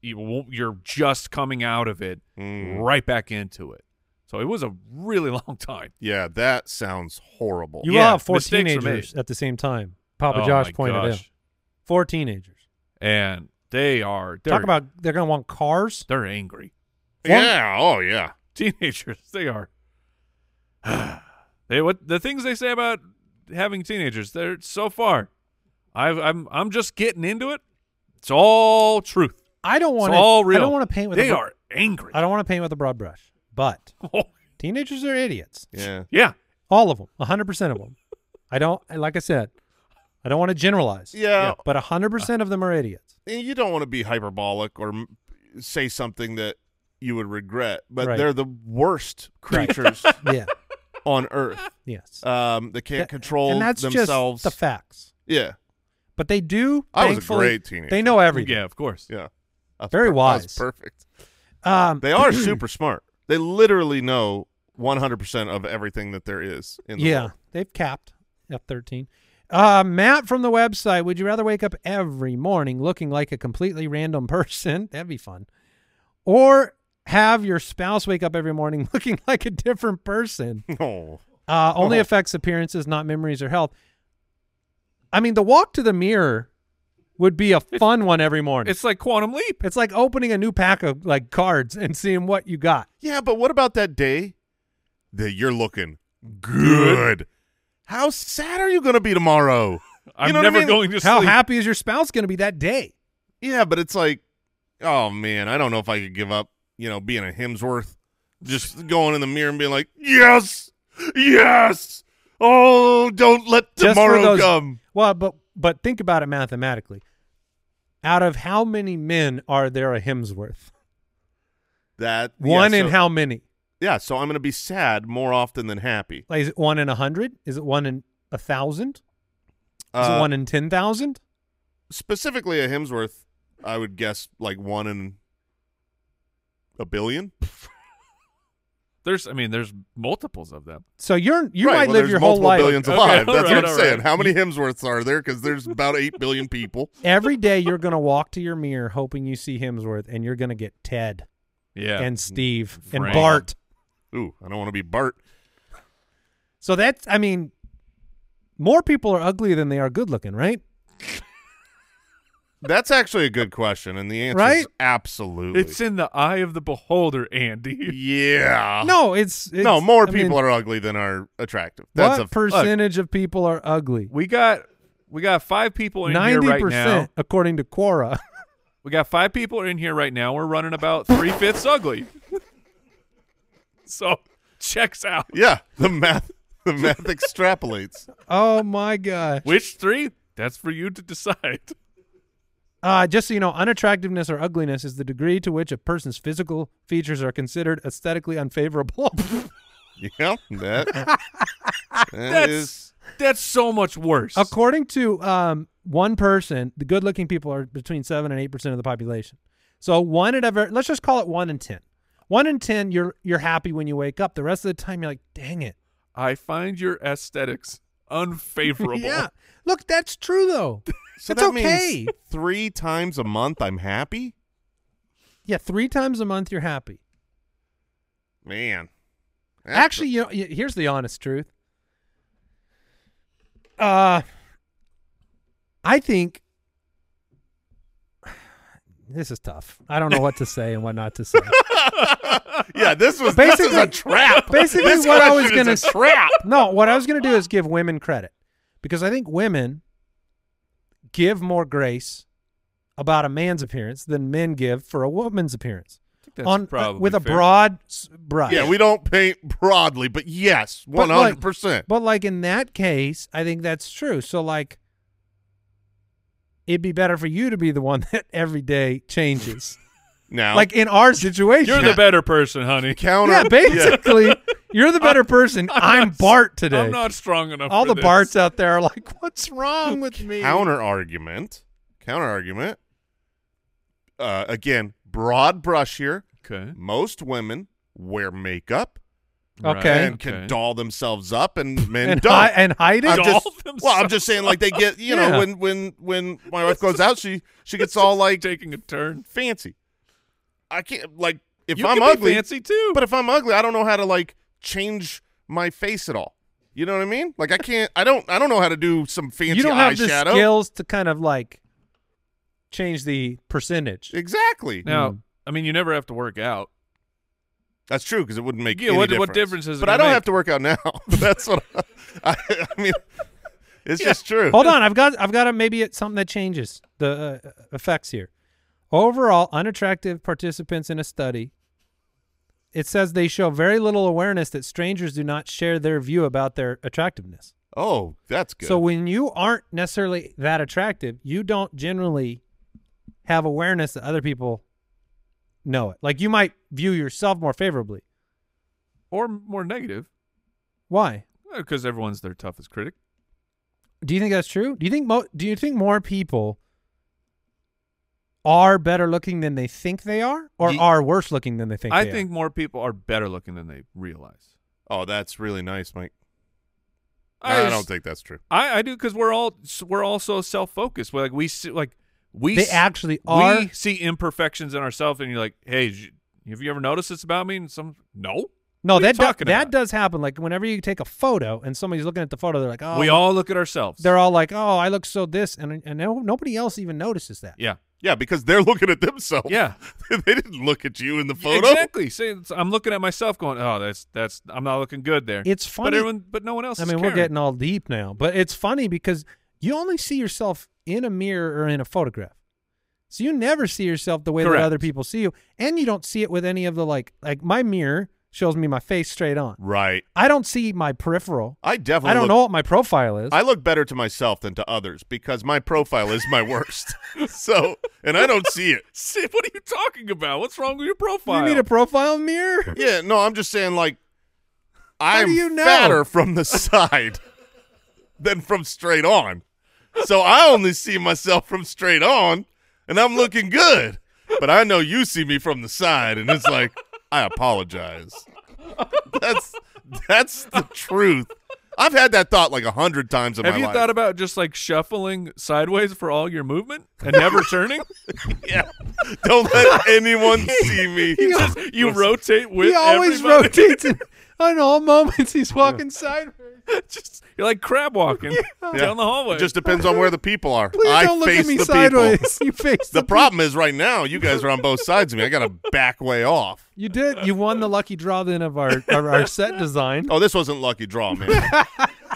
[SPEAKER 3] you won't- you're just coming out of it
[SPEAKER 2] Mm.
[SPEAKER 3] right back into it. So it was a really long time.
[SPEAKER 2] Yeah, that sounds horrible.
[SPEAKER 4] You
[SPEAKER 3] Yeah,
[SPEAKER 4] all have four
[SPEAKER 3] mistakes were made.
[SPEAKER 4] teenagers at the same time. Papa
[SPEAKER 3] Oh
[SPEAKER 4] Josh
[SPEAKER 3] my
[SPEAKER 4] pointed
[SPEAKER 3] gosh.
[SPEAKER 4] out four teenagers.
[SPEAKER 3] And they are they're,
[SPEAKER 4] Talk about they're gonna want cars.
[SPEAKER 3] they're angry.
[SPEAKER 2] yeah, oh yeah.
[SPEAKER 3] teenagers they are they what the things they say about having teenagers they're so far I've, i'm i'm just getting into it it's all truth
[SPEAKER 4] I don't
[SPEAKER 3] it's
[SPEAKER 4] want
[SPEAKER 3] all real
[SPEAKER 4] I don't want to paint with
[SPEAKER 3] they
[SPEAKER 4] a, bro-
[SPEAKER 3] are angry
[SPEAKER 4] I don't want to paint with a broad brush. But teenagers are idiots.
[SPEAKER 2] Yeah.
[SPEAKER 3] yeah
[SPEAKER 4] All of them, 100% of them. I don't like I said, I don't want to generalize.
[SPEAKER 2] Yeah.
[SPEAKER 4] But 100% of them are idiots.
[SPEAKER 2] And You don't want to be hyperbolic or m- say something that you would regret, but
[SPEAKER 4] Right.
[SPEAKER 2] they're the worst creatures
[SPEAKER 4] Yeah.
[SPEAKER 2] on earth.
[SPEAKER 4] yes.
[SPEAKER 2] Um, they can't
[SPEAKER 4] Tha-
[SPEAKER 2] control
[SPEAKER 4] and that's
[SPEAKER 2] themselves.
[SPEAKER 4] just the facts.
[SPEAKER 2] yeah.
[SPEAKER 4] But they do.
[SPEAKER 2] I was a
[SPEAKER 4] thankfully-
[SPEAKER 2] great teenager.
[SPEAKER 4] They know everything.
[SPEAKER 3] yeah of course
[SPEAKER 2] Yeah. That's
[SPEAKER 4] Very
[SPEAKER 2] per-
[SPEAKER 4] wise.
[SPEAKER 2] That's perfect.
[SPEAKER 4] Um,
[SPEAKER 2] They are super smart. They literally know 100% of everything that there is in the
[SPEAKER 4] yeah,
[SPEAKER 2] world.
[SPEAKER 4] they've capped F thirteen. Uh, Matt from the website. Would you rather wake up every morning looking like a completely random person? That'd be fun. Or have your spouse wake up every morning looking like a different person.
[SPEAKER 2] Oh.
[SPEAKER 4] Uh, only
[SPEAKER 2] Oh.
[SPEAKER 4] affects appearances, not memories or health. I mean, the walk to the mirror would be a fun one every morning.
[SPEAKER 3] it's like quantum leap
[SPEAKER 4] It's like opening a new pack of like cards and seeing what you got.
[SPEAKER 2] Yeah, but what about that day that you're looking good? How sad are you going to be tomorrow?
[SPEAKER 3] i'm
[SPEAKER 2] You know what I
[SPEAKER 3] never
[SPEAKER 2] mean?
[SPEAKER 3] going to
[SPEAKER 4] How
[SPEAKER 3] sleep
[SPEAKER 4] happy is your spouse going to be that day?
[SPEAKER 2] Yeah, but it's like, oh man, I don't know if I could give up. You know, being a Hemsworth, just going in the mirror and being like, yes, yes. Oh, don't let
[SPEAKER 4] Just for
[SPEAKER 2] tomorrow
[SPEAKER 4] those-
[SPEAKER 2] come.
[SPEAKER 4] Well, but but think about it mathematically. Out of how many men are there a Hemsworth?
[SPEAKER 2] That yeah,
[SPEAKER 4] One in
[SPEAKER 2] so-
[SPEAKER 4] how many?
[SPEAKER 2] Yeah, so I'm gonna be sad more often than happy.
[SPEAKER 4] Like, is it one in a hundred? Is it one in a thousand? Is
[SPEAKER 2] Uh,
[SPEAKER 4] it one in ten thousand?
[SPEAKER 2] specifically a Hemsworth, I would guess like one in a billion.
[SPEAKER 3] there's i mean there's multiples of them
[SPEAKER 4] So you're you
[SPEAKER 2] right,
[SPEAKER 4] might
[SPEAKER 2] well,
[SPEAKER 4] live
[SPEAKER 2] there's
[SPEAKER 4] your whole
[SPEAKER 2] multiple
[SPEAKER 4] life
[SPEAKER 2] billions
[SPEAKER 3] Okay,
[SPEAKER 2] alive.
[SPEAKER 3] all
[SPEAKER 2] That's
[SPEAKER 3] right,
[SPEAKER 2] what I'm
[SPEAKER 3] all
[SPEAKER 2] saying.
[SPEAKER 3] right.
[SPEAKER 2] How many Hemsworths are there? Because there's about eight billion people.
[SPEAKER 4] every day. You're gonna walk to your mirror hoping you see Hemsworth, and you're gonna get Ted
[SPEAKER 3] yeah
[SPEAKER 4] and Steve and
[SPEAKER 3] Frank.
[SPEAKER 4] Bart.
[SPEAKER 2] Ooh, I don't want to be Bart.
[SPEAKER 4] So that's I mean, more people are ugly than they are good looking, right?
[SPEAKER 2] That's actually a good question, and the answer
[SPEAKER 4] Right?
[SPEAKER 2] is absolutely.
[SPEAKER 3] it's in the eye of the beholder andy
[SPEAKER 2] yeah.
[SPEAKER 4] no, it's, it's
[SPEAKER 2] Ah. no, more
[SPEAKER 4] I
[SPEAKER 2] people
[SPEAKER 4] mean,
[SPEAKER 2] are ugly than are attractive. That's
[SPEAKER 4] what
[SPEAKER 2] a look,
[SPEAKER 4] percentage of people are ugly?
[SPEAKER 3] we got we got five people in here
[SPEAKER 4] Ninety
[SPEAKER 3] right now
[SPEAKER 4] percent, according to Quora.
[SPEAKER 3] We got five people in here right now. We're running about three fifths ugly. so checks out.
[SPEAKER 2] yeah, the math, the math extrapolates.
[SPEAKER 4] oh my gosh!
[SPEAKER 3] Which three? That's for you to decide.
[SPEAKER 4] Uh, just so you know, unattractiveness or ugliness is the degree to which a person's physical features are considered aesthetically unfavorable.
[SPEAKER 2] Yeah, that, that
[SPEAKER 3] That's
[SPEAKER 2] is
[SPEAKER 3] that's so much worse.
[SPEAKER 4] according to um, one person, the good-looking people are between seven and eight percent of the population. So one in every, let's just call it one in ten. One in ten, you're you're happy when you wake up. The rest of the time, you're like, dang it.
[SPEAKER 3] I find your aesthetics unfavorable.
[SPEAKER 4] Yeah. Look, that's true though.
[SPEAKER 2] So
[SPEAKER 4] That's
[SPEAKER 2] that means
[SPEAKER 4] okay.
[SPEAKER 2] three times a month, I'm happy.
[SPEAKER 4] yeah, three times a month you're happy.
[SPEAKER 2] Man, That's-
[SPEAKER 4] Actually, you know, y- here's the honest truth. Uh I think this is tough. I don't know what to say and what not to say.
[SPEAKER 2] yeah, this was basically this is a trap.
[SPEAKER 4] basically
[SPEAKER 2] This
[SPEAKER 4] what I was
[SPEAKER 2] question is
[SPEAKER 4] gonna-
[SPEAKER 2] a trap.
[SPEAKER 4] No, what I was going to do is give women credit because I think women give more grace about a man's appearance than men give for a woman's appearance.
[SPEAKER 3] That's
[SPEAKER 4] on uh,
[SPEAKER 3] probably
[SPEAKER 4] with a
[SPEAKER 3] fair.
[SPEAKER 4] broad s- brush.
[SPEAKER 2] Yeah, we don't paint broadly, but yes,
[SPEAKER 4] But
[SPEAKER 2] one
[SPEAKER 4] like-
[SPEAKER 2] hundred percent.
[SPEAKER 4] But like in that case, I think that's true. So like it'd be better for you to be the one that every day changes.
[SPEAKER 2] Now,
[SPEAKER 4] Like in our situation.
[SPEAKER 3] You're the better person, honey.
[SPEAKER 2] counter.
[SPEAKER 4] Yeah, basically you're the better person.
[SPEAKER 3] I'm
[SPEAKER 4] I'm
[SPEAKER 3] not-
[SPEAKER 4] Bart today.
[SPEAKER 3] I'm not strong enough.
[SPEAKER 4] All
[SPEAKER 3] for
[SPEAKER 4] the
[SPEAKER 3] this.
[SPEAKER 4] Barts out there are like, what's wrong with me?
[SPEAKER 2] counter argument. Counter argument. Uh, again, broad brush here.
[SPEAKER 3] Okay.
[SPEAKER 2] Most women wear makeup
[SPEAKER 4] Okay.
[SPEAKER 2] and can doll themselves up, and men
[SPEAKER 4] and,
[SPEAKER 2] don't.
[SPEAKER 4] hi- and hide it.
[SPEAKER 2] I'm
[SPEAKER 3] Doll
[SPEAKER 2] just, well, I'm
[SPEAKER 3] themselves
[SPEAKER 2] just saying, like they get, you
[SPEAKER 4] Yeah.
[SPEAKER 2] know, when when when my wife goes out, she she gets all like
[SPEAKER 3] Taking a turn.
[SPEAKER 2] fancy. I can't like if
[SPEAKER 3] you
[SPEAKER 2] I'm
[SPEAKER 3] can be
[SPEAKER 2] ugly,
[SPEAKER 3] fancy too.
[SPEAKER 2] but if I'm ugly, I don't know how to like change my face at all. You know what I mean? Like I can't. I don't. I don't know how to do some fancy
[SPEAKER 4] you don't have the
[SPEAKER 2] eyeshadow.
[SPEAKER 4] skills to kind of like change the percentage.
[SPEAKER 2] Exactly.
[SPEAKER 3] now,
[SPEAKER 4] Mm.
[SPEAKER 3] I mean, you never have to work out.
[SPEAKER 2] That's true because it wouldn't make
[SPEAKER 3] Yeah,
[SPEAKER 2] any
[SPEAKER 3] what-
[SPEAKER 2] difference.
[SPEAKER 3] what difference is it
[SPEAKER 2] But I
[SPEAKER 3] gonna
[SPEAKER 2] don't
[SPEAKER 3] make?
[SPEAKER 2] have to work out now. That's what I, I mean. It's just true.
[SPEAKER 4] Hold on, I've got I've got a, maybe it's something that changes the uh, effects here. Overall, unattractive participants in a study. It says they show very little awareness that strangers do not share their view about their attractiveness.
[SPEAKER 2] Oh, that's good.
[SPEAKER 4] So when you aren't necessarily that attractive, you don't generally have awareness that other people know it. Like you might view yourself more favorably.
[SPEAKER 3] Or more negative,
[SPEAKER 4] Why?
[SPEAKER 3] because everyone's their toughest critic.
[SPEAKER 4] Do you think that's true? Do you think mo- do you think more people are better looking than they think they are, or
[SPEAKER 2] Ye-
[SPEAKER 4] are worse looking than they think?
[SPEAKER 3] I
[SPEAKER 4] they are?
[SPEAKER 3] think more people are better looking than they realize.
[SPEAKER 2] oh, that's really nice, Mike.
[SPEAKER 3] I,
[SPEAKER 2] I,
[SPEAKER 3] just-
[SPEAKER 2] don't think that's true.
[SPEAKER 3] I, I do because we're all we're all so self focused. Like we see, like we
[SPEAKER 4] they
[SPEAKER 3] s-
[SPEAKER 4] actually are.
[SPEAKER 3] We see imperfections in ourselves, and you're like, hey, j- have you ever noticed this about me? And some no. what are
[SPEAKER 4] no,
[SPEAKER 3] you
[SPEAKER 4] that do-
[SPEAKER 3] talking
[SPEAKER 4] that
[SPEAKER 3] about?
[SPEAKER 4] does happen. Like whenever you take a photo and somebody's looking at the photo, they're like, "Oh,
[SPEAKER 3] we all look at ourselves.
[SPEAKER 4] They're all like, "Oh, I look so this," and and no, nobody else even notices that.
[SPEAKER 3] yeah,
[SPEAKER 2] Yeah, because they're looking at themselves.
[SPEAKER 3] yeah,
[SPEAKER 2] they didn't look at you in the photo.
[SPEAKER 3] exactly. See, it's- I'm looking at myself, going, oh, that's that's I'm not looking good there.
[SPEAKER 4] It's
[SPEAKER 3] But
[SPEAKER 4] funny-
[SPEAKER 3] everyone, but no one else.
[SPEAKER 4] I
[SPEAKER 3] is
[SPEAKER 4] mean, we're
[SPEAKER 3] caring.
[SPEAKER 4] getting all deep now, but it's funny because you only see yourself in a mirror or in a photograph. So you never see yourself the way that
[SPEAKER 3] Correct.
[SPEAKER 4] other people see you, and you don't see it with any of the like like my mirror shows me my face straight on.
[SPEAKER 2] Right.
[SPEAKER 4] I don't see my peripheral.
[SPEAKER 2] I definitely.
[SPEAKER 4] I don't
[SPEAKER 2] look,
[SPEAKER 4] know what my profile is.
[SPEAKER 2] I look better to myself than to others because my profile is my worst. so, and I don't see it.
[SPEAKER 3] See, what are you talking about? What's wrong with your
[SPEAKER 4] you
[SPEAKER 3] profile?
[SPEAKER 4] need a profile mirror?
[SPEAKER 2] Yeah, no, I'm just saying like
[SPEAKER 4] do
[SPEAKER 2] I'm
[SPEAKER 4] you know?
[SPEAKER 2] fatter from the side than from straight on. So I only see myself from straight on and I'm looking good. But I know you see me from the side and it's like I apologize. That's that's the truth. I've had that thought like a hundred times in
[SPEAKER 3] have
[SPEAKER 2] my
[SPEAKER 3] you
[SPEAKER 2] life.
[SPEAKER 3] thought about just like shuffling sideways for all your movement and never turning?
[SPEAKER 2] Don't let anyone see me.
[SPEAKER 3] you rotate with
[SPEAKER 4] He always
[SPEAKER 3] everybody.
[SPEAKER 4] rotates in, on all moments. He's walking sideways.
[SPEAKER 3] just you're like crab walking
[SPEAKER 2] Yeah.
[SPEAKER 3] down the hallway.
[SPEAKER 2] It just depends on where the people are.
[SPEAKER 4] Please
[SPEAKER 2] I
[SPEAKER 4] don't look
[SPEAKER 2] face
[SPEAKER 4] at me
[SPEAKER 2] the
[SPEAKER 4] sideways.
[SPEAKER 2] People.
[SPEAKER 4] You face
[SPEAKER 2] The problem is right now you guys are on both sides of me. I got to back way off.
[SPEAKER 4] You did. You won the lucky draw then of our of our set design.
[SPEAKER 2] Oh, this wasn't lucky draw, man.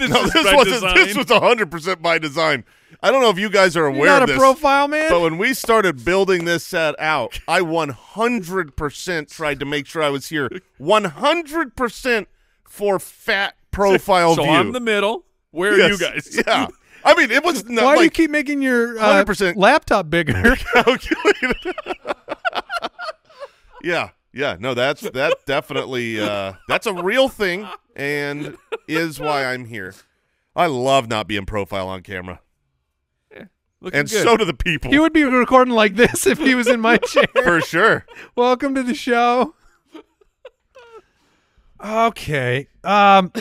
[SPEAKER 3] this
[SPEAKER 2] No,
[SPEAKER 3] is
[SPEAKER 2] this
[SPEAKER 3] by
[SPEAKER 2] wasn't.
[SPEAKER 3] design.
[SPEAKER 2] This was hundred percent by design. I don't know if you guys are
[SPEAKER 4] You're
[SPEAKER 2] aware
[SPEAKER 4] not
[SPEAKER 2] of
[SPEAKER 4] a
[SPEAKER 2] this,
[SPEAKER 4] profile man.
[SPEAKER 2] but when we started building this set out, I one hundred percent tried to make sure I was here one hundred percent for fat profile
[SPEAKER 3] so
[SPEAKER 2] view.
[SPEAKER 3] I'm the middle. Where are you
[SPEAKER 2] Yes.
[SPEAKER 3] guys?
[SPEAKER 2] Yeah, I mean it was not
[SPEAKER 4] Why do you
[SPEAKER 2] like
[SPEAKER 4] keep making your uh,
[SPEAKER 2] 100%.
[SPEAKER 4] laptop bigger?
[SPEAKER 2] calculated. yeah, yeah. No, that's that definitely uh, that's a real thing, and is why I'm here. I love not being profile on camera,
[SPEAKER 3] Looking
[SPEAKER 2] and
[SPEAKER 3] good.
[SPEAKER 2] so do the people
[SPEAKER 4] he would be recording like this if he was in my chair.
[SPEAKER 2] for sure.
[SPEAKER 4] Welcome to the show. Okay. Um.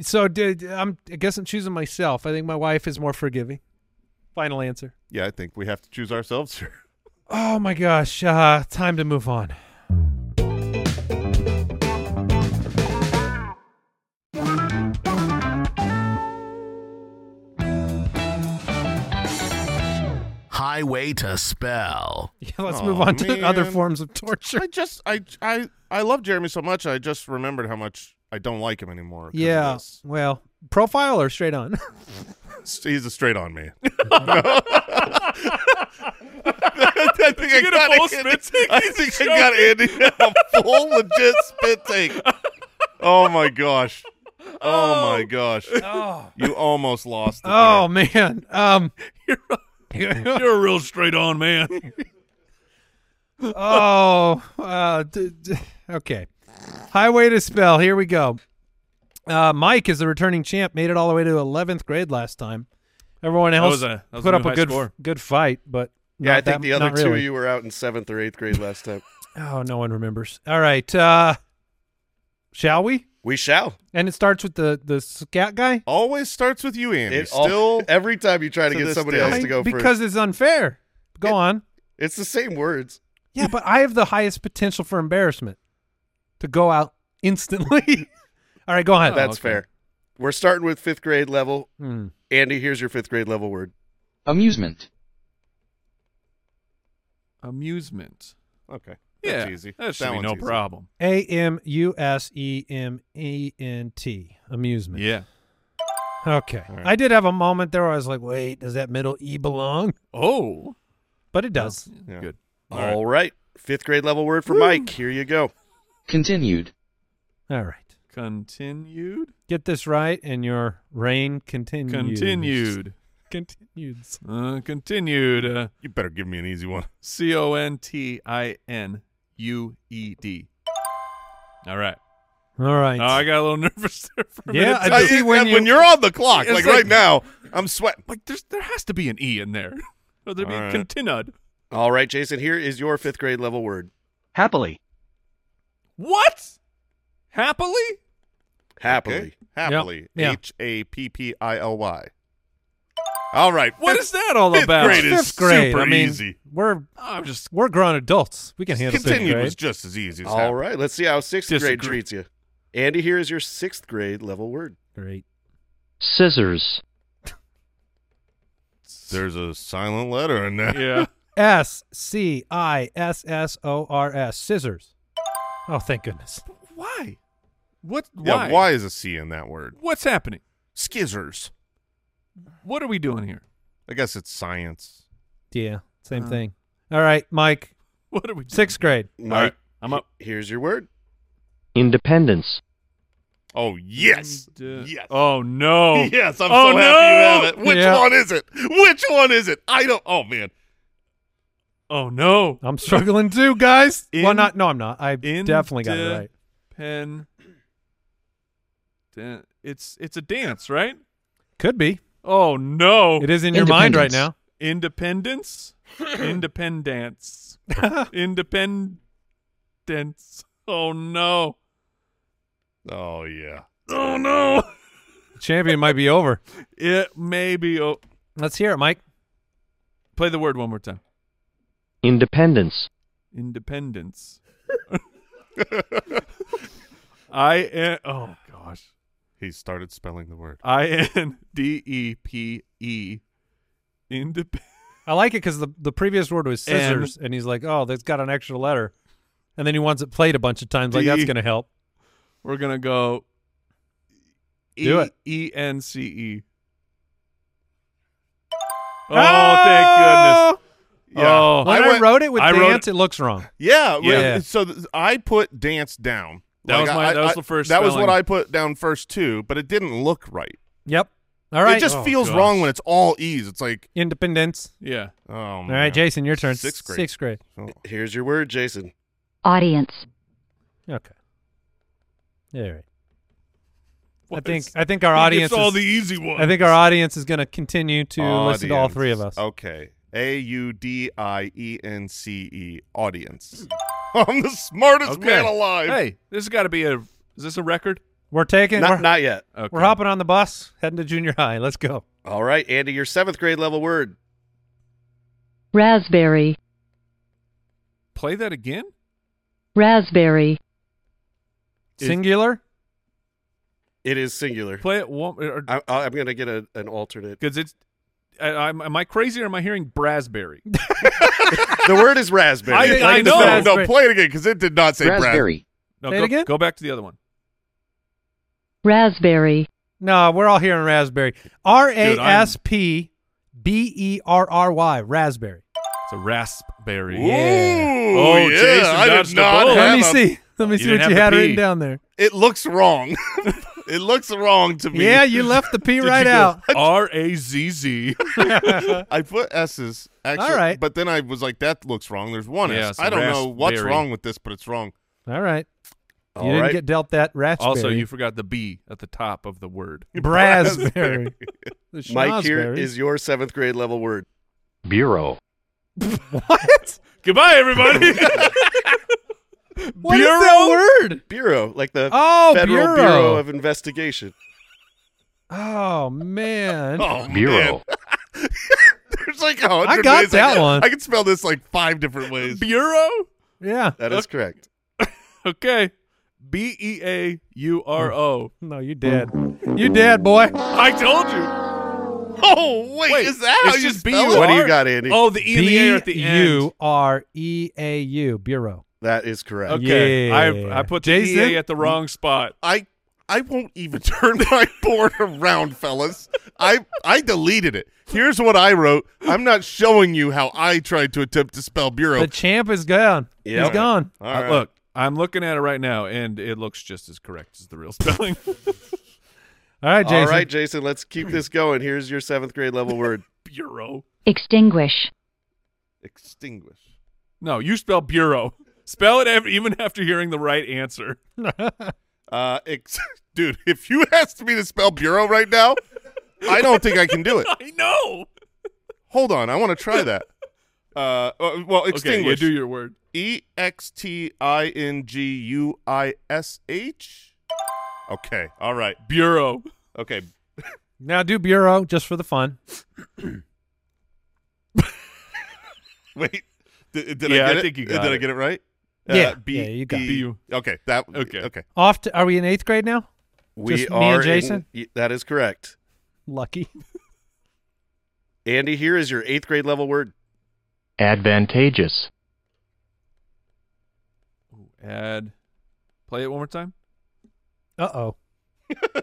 [SPEAKER 4] So did I'm? I guess I'm choosing myself. I think my wife is more forgiving. Final answer.
[SPEAKER 2] Yeah, I think we have to choose ourselves here.
[SPEAKER 4] Oh my gosh. Uh, time to move on.
[SPEAKER 1] High highway to spell.
[SPEAKER 4] Yeah, let's
[SPEAKER 2] Aw,
[SPEAKER 4] move on to other
[SPEAKER 2] man.
[SPEAKER 4] forms of torture.
[SPEAKER 2] I just I I I love Jeremy so much. I just remembered how much I don't like him anymore. 'cause of
[SPEAKER 4] Yeah.
[SPEAKER 2] this.
[SPEAKER 4] Well, profile or straight on?
[SPEAKER 2] he's a straight on me. I think I
[SPEAKER 3] get a
[SPEAKER 2] got
[SPEAKER 3] full
[SPEAKER 2] Andy.
[SPEAKER 3] spit take?
[SPEAKER 2] I think I got Andy a full legit spit take. Oh my gosh. Oh, my gosh.
[SPEAKER 5] Oh.
[SPEAKER 2] You almost lost it.
[SPEAKER 4] oh man. Um
[SPEAKER 3] You're a real straight on man.
[SPEAKER 4] oh, uh, d- d- okay. Highway to spell. Here we go. Uh, Mike is the returning champ. Made it all the way to eleventh grade last time. Everyone
[SPEAKER 3] That
[SPEAKER 4] else
[SPEAKER 3] was a- that was
[SPEAKER 4] put
[SPEAKER 3] a
[SPEAKER 4] up
[SPEAKER 3] new
[SPEAKER 4] a
[SPEAKER 3] high
[SPEAKER 4] good
[SPEAKER 3] score.
[SPEAKER 4] good fight, but
[SPEAKER 5] Yeah,
[SPEAKER 4] not
[SPEAKER 5] I think
[SPEAKER 4] that-
[SPEAKER 5] the other
[SPEAKER 4] not
[SPEAKER 5] two
[SPEAKER 4] really.
[SPEAKER 5] of you were out in seventh or eighth grade last time.
[SPEAKER 4] Oh, no one remembers. All right. Uh, shall we?
[SPEAKER 5] We shall.
[SPEAKER 4] And it starts with the the scout guy.
[SPEAKER 2] there. Always starts with you, Andy.
[SPEAKER 5] It all-
[SPEAKER 2] Still
[SPEAKER 5] every time you try to,
[SPEAKER 2] to
[SPEAKER 5] get
[SPEAKER 2] this
[SPEAKER 5] somebody
[SPEAKER 2] day.
[SPEAKER 5] else
[SPEAKER 2] I-
[SPEAKER 5] to go
[SPEAKER 4] because
[SPEAKER 5] first,
[SPEAKER 4] it's unfair. Go
[SPEAKER 5] It-
[SPEAKER 4] on.
[SPEAKER 5] it's the same words.
[SPEAKER 4] Yeah, but I have the highest potential for embarrassment to go out instantly. All right, go on.
[SPEAKER 3] Oh,
[SPEAKER 5] That's
[SPEAKER 3] okay.
[SPEAKER 5] fair. We're starting with fifth grade level.
[SPEAKER 4] Hmm.
[SPEAKER 5] Andy, here's your fifth grade level word.
[SPEAKER 6] amusement,
[SPEAKER 3] Amusement.
[SPEAKER 2] Okay.
[SPEAKER 3] Yeah,
[SPEAKER 2] That's easy.
[SPEAKER 3] That should
[SPEAKER 2] That
[SPEAKER 3] be
[SPEAKER 2] one's
[SPEAKER 3] no
[SPEAKER 2] easy.
[SPEAKER 3] problem.
[SPEAKER 4] A M U S E M E N T. Amusement.
[SPEAKER 3] Yeah.
[SPEAKER 4] Okay.
[SPEAKER 2] All right.
[SPEAKER 4] I did have a moment there where I was like, wait, does that middle E belong?
[SPEAKER 3] Oh,
[SPEAKER 4] But it does.
[SPEAKER 2] Yeah.
[SPEAKER 3] good.
[SPEAKER 2] All
[SPEAKER 5] All
[SPEAKER 2] right.
[SPEAKER 5] right. Fifth grade level word for Mike. Here you go.
[SPEAKER 6] continued,
[SPEAKER 4] All right.
[SPEAKER 3] Continued.
[SPEAKER 4] Get this right, and your reign continues.
[SPEAKER 3] Continued.
[SPEAKER 4] Continues.
[SPEAKER 3] Uh, continued. Uh,
[SPEAKER 2] You better give me an easy one.
[SPEAKER 3] C O N T I N U E D. All right.
[SPEAKER 4] All right.
[SPEAKER 3] Oh, I got a little nervous there for a
[SPEAKER 4] Yeah,
[SPEAKER 3] minute.
[SPEAKER 4] I
[SPEAKER 3] too.
[SPEAKER 4] did. See, when
[SPEAKER 2] when,
[SPEAKER 4] you-
[SPEAKER 2] you're on the clock,
[SPEAKER 3] It's
[SPEAKER 2] like,
[SPEAKER 3] like-
[SPEAKER 2] right now, I'm sweating.
[SPEAKER 3] like there's there has to be an E in there. Or there'd be
[SPEAKER 2] All right.
[SPEAKER 3] continued.
[SPEAKER 5] All right, Jason, here is your fifth grade level word.
[SPEAKER 6] happily,
[SPEAKER 3] What? Happily?
[SPEAKER 5] Happily.
[SPEAKER 2] Okay. Happily.
[SPEAKER 4] Yeah.
[SPEAKER 2] H A P P I L Y. All right.
[SPEAKER 3] What
[SPEAKER 2] fifth-
[SPEAKER 3] is that all
[SPEAKER 2] fifth
[SPEAKER 3] about?
[SPEAKER 2] grade is
[SPEAKER 4] Fifth grade.
[SPEAKER 2] super
[SPEAKER 4] I mean,
[SPEAKER 2] easy.
[SPEAKER 4] we're
[SPEAKER 3] I'm just
[SPEAKER 4] we're grown adults. We can handle fifth
[SPEAKER 2] Continued
[SPEAKER 4] grade.
[SPEAKER 2] was just as easy as
[SPEAKER 5] All
[SPEAKER 2] happy.
[SPEAKER 5] right, let's see how sixth grade
[SPEAKER 3] Disagree.
[SPEAKER 5] treats you. Andy, here is your sixth grade level word.
[SPEAKER 4] Great.
[SPEAKER 6] scissors,
[SPEAKER 2] There's a silent letter in there.
[SPEAKER 3] yeah.
[SPEAKER 4] S C I S S O R S. Scissors. Oh, thank goodness.
[SPEAKER 3] Why? What?
[SPEAKER 2] Yeah,
[SPEAKER 3] Why?
[SPEAKER 2] why is a C in that word?
[SPEAKER 3] What's happening?
[SPEAKER 2] Skizzers.
[SPEAKER 3] What are we doing here?
[SPEAKER 2] I guess it's science.
[SPEAKER 4] Yeah, same
[SPEAKER 3] Uh.
[SPEAKER 4] thing. All right, Mike.
[SPEAKER 3] What are we? Doing?
[SPEAKER 4] Sixth grade.
[SPEAKER 3] All right.
[SPEAKER 5] Mike,
[SPEAKER 3] I'm up.
[SPEAKER 5] here's your word.
[SPEAKER 6] independence,
[SPEAKER 2] Oh yes,
[SPEAKER 3] And, uh,
[SPEAKER 2] yes,
[SPEAKER 3] Oh no.
[SPEAKER 2] yes. I'm
[SPEAKER 3] Oh,
[SPEAKER 2] so happy you have
[SPEAKER 3] no!
[SPEAKER 2] it. Which
[SPEAKER 4] Yeah.
[SPEAKER 2] one is it? Which one is it? I don't. Oh man,
[SPEAKER 3] Oh no.
[SPEAKER 4] I'm struggling too, guys. well,
[SPEAKER 3] In-
[SPEAKER 4] not. No, I'm not. I
[SPEAKER 3] in
[SPEAKER 4] definitely got it
[SPEAKER 3] de-
[SPEAKER 4] right.
[SPEAKER 3] Pen. Dan- It's it's a dance, right?
[SPEAKER 4] Could be.
[SPEAKER 3] Oh no.
[SPEAKER 4] It is in your mind right now.
[SPEAKER 6] Independence.
[SPEAKER 3] Independence. Independence. Independence. Oh no.
[SPEAKER 2] oh yeah.
[SPEAKER 3] Oh no.
[SPEAKER 4] Champion might be over.
[SPEAKER 3] It may be. Oh,
[SPEAKER 4] Let's hear it, Mike.
[SPEAKER 3] play the word one more time.
[SPEAKER 6] independence,
[SPEAKER 3] Independence. I N. Oh gosh.
[SPEAKER 2] He started spelling the word.
[SPEAKER 3] I N D E P E. Independence.
[SPEAKER 4] I like it because the, the previous word was scissors, and he's like, oh, that's got an extra letter. And then he wants it played a bunch of times. Like, that's
[SPEAKER 3] D-
[SPEAKER 4] going to help.
[SPEAKER 3] We're gonna go.
[SPEAKER 4] Do
[SPEAKER 3] E-
[SPEAKER 4] it.
[SPEAKER 3] E N C E. Oh,
[SPEAKER 4] Oh!
[SPEAKER 3] thank goodness. Oh.
[SPEAKER 4] When I,
[SPEAKER 2] went-
[SPEAKER 4] wrote it with
[SPEAKER 3] I wrote
[SPEAKER 4] dance, it. looks wrong.
[SPEAKER 2] Yeah,
[SPEAKER 3] Yeah.
[SPEAKER 2] yeah. So th- I put dance down.
[SPEAKER 3] That was my-
[SPEAKER 2] I-
[SPEAKER 3] that was
[SPEAKER 2] I-
[SPEAKER 3] the first
[SPEAKER 2] That was
[SPEAKER 3] spelling.
[SPEAKER 2] what I put down first too, but it didn't look right.
[SPEAKER 4] Yep. All right.
[SPEAKER 2] It just
[SPEAKER 3] Oh,
[SPEAKER 2] feels
[SPEAKER 3] gosh.
[SPEAKER 2] wrong when it's all E's. It's like,
[SPEAKER 4] Independence.
[SPEAKER 3] Yeah.
[SPEAKER 2] oh man.
[SPEAKER 4] All right, Jason, your turn.
[SPEAKER 2] Sixth grade.
[SPEAKER 4] Sixth grade.
[SPEAKER 2] Oh.
[SPEAKER 5] Here's your word, Jason.
[SPEAKER 7] audience,
[SPEAKER 4] Okay. All right. I
[SPEAKER 3] What
[SPEAKER 4] think
[SPEAKER 3] is-
[SPEAKER 4] I think our
[SPEAKER 3] He
[SPEAKER 4] audience.
[SPEAKER 3] gets all
[SPEAKER 4] is-
[SPEAKER 3] the easy ones.
[SPEAKER 4] I think our audience is going to continue to listen to all
[SPEAKER 2] Audience. Oh.
[SPEAKER 4] three of us.
[SPEAKER 2] Okay. A U D I E N C E audience. I'm the smartest
[SPEAKER 3] Okay.
[SPEAKER 2] man alive.
[SPEAKER 3] Hey, this has got to be a. Is this a record?
[SPEAKER 4] We're taking.
[SPEAKER 5] Not
[SPEAKER 4] we're,
[SPEAKER 5] not yet.
[SPEAKER 3] Okay.
[SPEAKER 4] we're hopping on the bus, heading to junior high. Let's go.
[SPEAKER 5] All right, Andy, your seventh grade level word.
[SPEAKER 7] raspberry,
[SPEAKER 3] Play that again.
[SPEAKER 7] raspberry,
[SPEAKER 3] Is-
[SPEAKER 4] Singular.
[SPEAKER 5] It is singular.
[SPEAKER 3] Play it one. Or,
[SPEAKER 5] I, I- I'm going to get a, an alternate.
[SPEAKER 3] because it's I, I, am I crazy or am I hearing Brasberry?
[SPEAKER 5] the word is raspberry.
[SPEAKER 3] I-
[SPEAKER 4] I
[SPEAKER 2] No,
[SPEAKER 4] know.
[SPEAKER 2] no, play it again because it did not say raspberry.
[SPEAKER 6] Raspberry.
[SPEAKER 3] No,
[SPEAKER 4] Say it
[SPEAKER 3] go,
[SPEAKER 4] again?
[SPEAKER 3] go back to the other one.
[SPEAKER 7] raspberry,
[SPEAKER 4] No, we're all hearing raspberry. R A S P B E R R Y, raspberry.
[SPEAKER 3] It's a raspberry.
[SPEAKER 2] Ooh,
[SPEAKER 3] Oh,
[SPEAKER 2] yeah,
[SPEAKER 3] Jason
[SPEAKER 2] I
[SPEAKER 3] dodged
[SPEAKER 2] did
[SPEAKER 3] a
[SPEAKER 2] not
[SPEAKER 3] bullet.
[SPEAKER 2] have
[SPEAKER 4] Let me
[SPEAKER 2] a-
[SPEAKER 4] see. Let me
[SPEAKER 3] You
[SPEAKER 4] see
[SPEAKER 3] didn't
[SPEAKER 4] what you
[SPEAKER 3] have
[SPEAKER 4] had
[SPEAKER 3] to
[SPEAKER 4] written
[SPEAKER 3] pee.
[SPEAKER 4] down there.
[SPEAKER 2] It looks wrong. it looks wrong to me.
[SPEAKER 4] Yeah, you left the P
[SPEAKER 2] Did you
[SPEAKER 4] right
[SPEAKER 2] go-
[SPEAKER 4] out.
[SPEAKER 3] R A Z Z.
[SPEAKER 2] I put S's actually,
[SPEAKER 4] All right.
[SPEAKER 2] but then I was like, "That looks wrong." There's one
[SPEAKER 3] Yeah,
[SPEAKER 2] S.
[SPEAKER 3] so
[SPEAKER 2] I don't know what's
[SPEAKER 3] raspberry.
[SPEAKER 2] wrong with this, but it's wrong.
[SPEAKER 4] All right. You
[SPEAKER 5] All
[SPEAKER 4] didn't
[SPEAKER 5] right.
[SPEAKER 4] get dealt that raspberry.
[SPEAKER 3] Also, you forgot the B at the top of the word.
[SPEAKER 4] Raspberry.
[SPEAKER 5] Mike, here is your seventh grade level word.
[SPEAKER 6] Bureau.
[SPEAKER 4] what?
[SPEAKER 3] Goodbye, everybody.
[SPEAKER 4] What is that word?
[SPEAKER 5] Bureau, like the
[SPEAKER 4] Oh,
[SPEAKER 5] Federal
[SPEAKER 4] bureau.
[SPEAKER 5] Bureau. of Investigation.
[SPEAKER 4] Oh man.
[SPEAKER 2] Oh,
[SPEAKER 6] Bureau.
[SPEAKER 2] man. There's like a hundred.
[SPEAKER 4] I got
[SPEAKER 2] ways
[SPEAKER 4] that
[SPEAKER 2] I can,
[SPEAKER 4] one.
[SPEAKER 2] I can spell this like five different ways.
[SPEAKER 3] Bureau?
[SPEAKER 4] Yeah.
[SPEAKER 5] That is correct.
[SPEAKER 3] Okay. B E A U R O.
[SPEAKER 4] No, you dead. You dead, boy.
[SPEAKER 3] I told you.
[SPEAKER 2] Oh wait,
[SPEAKER 3] Wait,
[SPEAKER 2] is that how
[SPEAKER 3] it's
[SPEAKER 2] you
[SPEAKER 3] just
[SPEAKER 2] spell
[SPEAKER 3] B-U-R?
[SPEAKER 2] it?
[SPEAKER 5] What do you got, Andy?
[SPEAKER 3] Hmm. Oh, the E and the A are at the end.
[SPEAKER 4] U R E A U bureau.
[SPEAKER 5] That is correct.
[SPEAKER 3] Okay.
[SPEAKER 4] Yeah.
[SPEAKER 3] I, I put the
[SPEAKER 4] Jason?
[SPEAKER 3] E A at the wrong spot.
[SPEAKER 2] I I won't even turn my board around, fellas. I I deleted it. Here's what I wrote. I'm not showing you how I tried to attempt to spell bureau.
[SPEAKER 4] The champ is gone.
[SPEAKER 5] Yeah.
[SPEAKER 4] He's gone.
[SPEAKER 2] All
[SPEAKER 3] Uh,
[SPEAKER 2] right.
[SPEAKER 3] Look, I'm looking at it right now, and it looks just as correct as the real spelling.
[SPEAKER 4] All right, Jason.
[SPEAKER 5] All right, Jason, let's keep this going. Here's your seventh grade level word.
[SPEAKER 3] bureau.
[SPEAKER 7] extinguish,
[SPEAKER 2] extinguish.
[SPEAKER 3] No, you spell bureau. Spell it ev- even after hearing the right answer.
[SPEAKER 2] Uh, ex- dude, if you asked me to spell bureau right now, I don't think I can do it.
[SPEAKER 3] I know.
[SPEAKER 2] Hold on, I want to try that. Uh, uh, well,
[SPEAKER 3] Okay, you
[SPEAKER 2] extinguish.
[SPEAKER 3] do your word.
[SPEAKER 2] E X T I N G U I S H. Okay, all right,
[SPEAKER 3] Bureau.
[SPEAKER 2] okay.
[SPEAKER 4] Now do bureau just for the fun.
[SPEAKER 2] Wait, did, did
[SPEAKER 3] Yeah,
[SPEAKER 2] I
[SPEAKER 3] I
[SPEAKER 2] get it? Uh,
[SPEAKER 3] think you
[SPEAKER 2] did
[SPEAKER 3] got
[SPEAKER 2] I
[SPEAKER 3] it.
[SPEAKER 2] get it right?
[SPEAKER 4] Yeah,
[SPEAKER 2] uh, B-
[SPEAKER 4] yeah, you got it.
[SPEAKER 2] B-
[SPEAKER 3] Bu.
[SPEAKER 2] Okay, that.
[SPEAKER 3] Okay.
[SPEAKER 2] okay.
[SPEAKER 4] Off to, are we in eighth grade now?
[SPEAKER 5] We
[SPEAKER 4] Just me and
[SPEAKER 5] are in-
[SPEAKER 4] Jason?
[SPEAKER 5] y- that is correct.
[SPEAKER 4] Lucky.
[SPEAKER 5] Andy, here is your eighth grade level word.
[SPEAKER 6] Advantageous.
[SPEAKER 3] Add. Play it one more time.
[SPEAKER 4] Uh oh.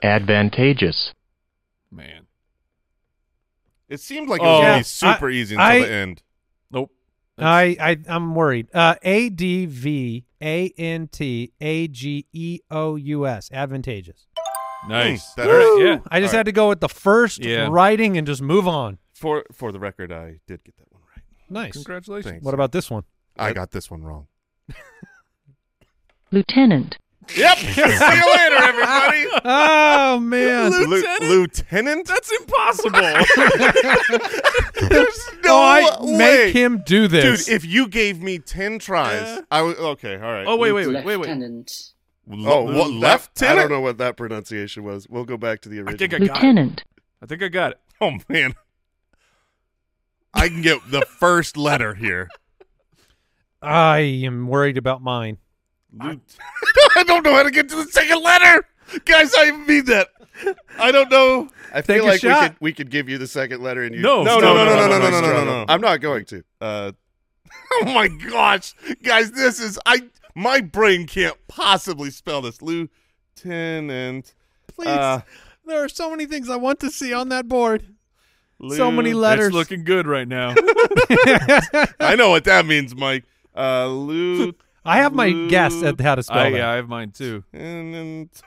[SPEAKER 6] Advantageous.
[SPEAKER 3] Man.
[SPEAKER 2] It seemed like it was
[SPEAKER 3] Oh.
[SPEAKER 2] gonna
[SPEAKER 4] Yeah,
[SPEAKER 2] be super
[SPEAKER 4] I-
[SPEAKER 2] easy until
[SPEAKER 4] I-
[SPEAKER 2] the end.
[SPEAKER 3] Nope. That's-
[SPEAKER 4] I, I I'm worried. Uh, A D V A N T A G E O U S. Advantageous.
[SPEAKER 3] nice.
[SPEAKER 2] Hmm, that
[SPEAKER 3] All right,
[SPEAKER 2] hurts.
[SPEAKER 3] yeah.
[SPEAKER 4] I just
[SPEAKER 2] All right.
[SPEAKER 4] had to go with the first
[SPEAKER 3] Yeah.
[SPEAKER 4] writing and just move on.
[SPEAKER 2] For for the record, I did get that one right.
[SPEAKER 4] Nice.
[SPEAKER 3] Congratulations.
[SPEAKER 4] What about this one?
[SPEAKER 2] I got this one wrong.
[SPEAKER 7] lieutenant,
[SPEAKER 2] Yep. See you later, everybody.
[SPEAKER 4] Oh man.
[SPEAKER 2] Lu- Lieutenant?
[SPEAKER 3] That's impossible.
[SPEAKER 2] There's no
[SPEAKER 4] oh, I
[SPEAKER 2] way.
[SPEAKER 4] make him do this.
[SPEAKER 2] Dude, if you gave me 10 tries, I would. Okay, all right.
[SPEAKER 3] oh wait, wait, wait, wait, wait.
[SPEAKER 2] Lu- oh, what,
[SPEAKER 5] that-
[SPEAKER 2] left?
[SPEAKER 5] I don't know what that pronunciation was. We'll go back to the
[SPEAKER 3] I
[SPEAKER 5] original.
[SPEAKER 3] think I got it.
[SPEAKER 7] lieutenant,
[SPEAKER 3] I think I got it.
[SPEAKER 2] Oh, man. I can get the first letter here.
[SPEAKER 4] I am worried about mine.
[SPEAKER 2] I, I don't know how to get to the second letter. Guys, I mean that. I don't know.
[SPEAKER 5] I
[SPEAKER 4] Take a
[SPEAKER 5] feel like we
[SPEAKER 4] shot.
[SPEAKER 5] could, we could give you the second letter and you.
[SPEAKER 3] No,
[SPEAKER 2] No,
[SPEAKER 3] no,
[SPEAKER 2] no, no, no, no,
[SPEAKER 3] no, no,
[SPEAKER 2] no,
[SPEAKER 3] no,
[SPEAKER 2] no, no, no.
[SPEAKER 5] struggle. I'm not going to.
[SPEAKER 2] Uh, oh my gosh, guys, this is I. My brain can't possibly spell this. Lieutenant,
[SPEAKER 4] Please.
[SPEAKER 2] Uh,
[SPEAKER 4] there are so many things I want to see on that board. So
[SPEAKER 2] Lou-
[SPEAKER 4] many letters.
[SPEAKER 3] Mm, It's looking good right now.
[SPEAKER 2] I know what that means, Mike. Uh, Lieutenant.
[SPEAKER 4] I have my guess at how to spell
[SPEAKER 3] I, uh,
[SPEAKER 4] it.
[SPEAKER 3] yeah, I have mine too.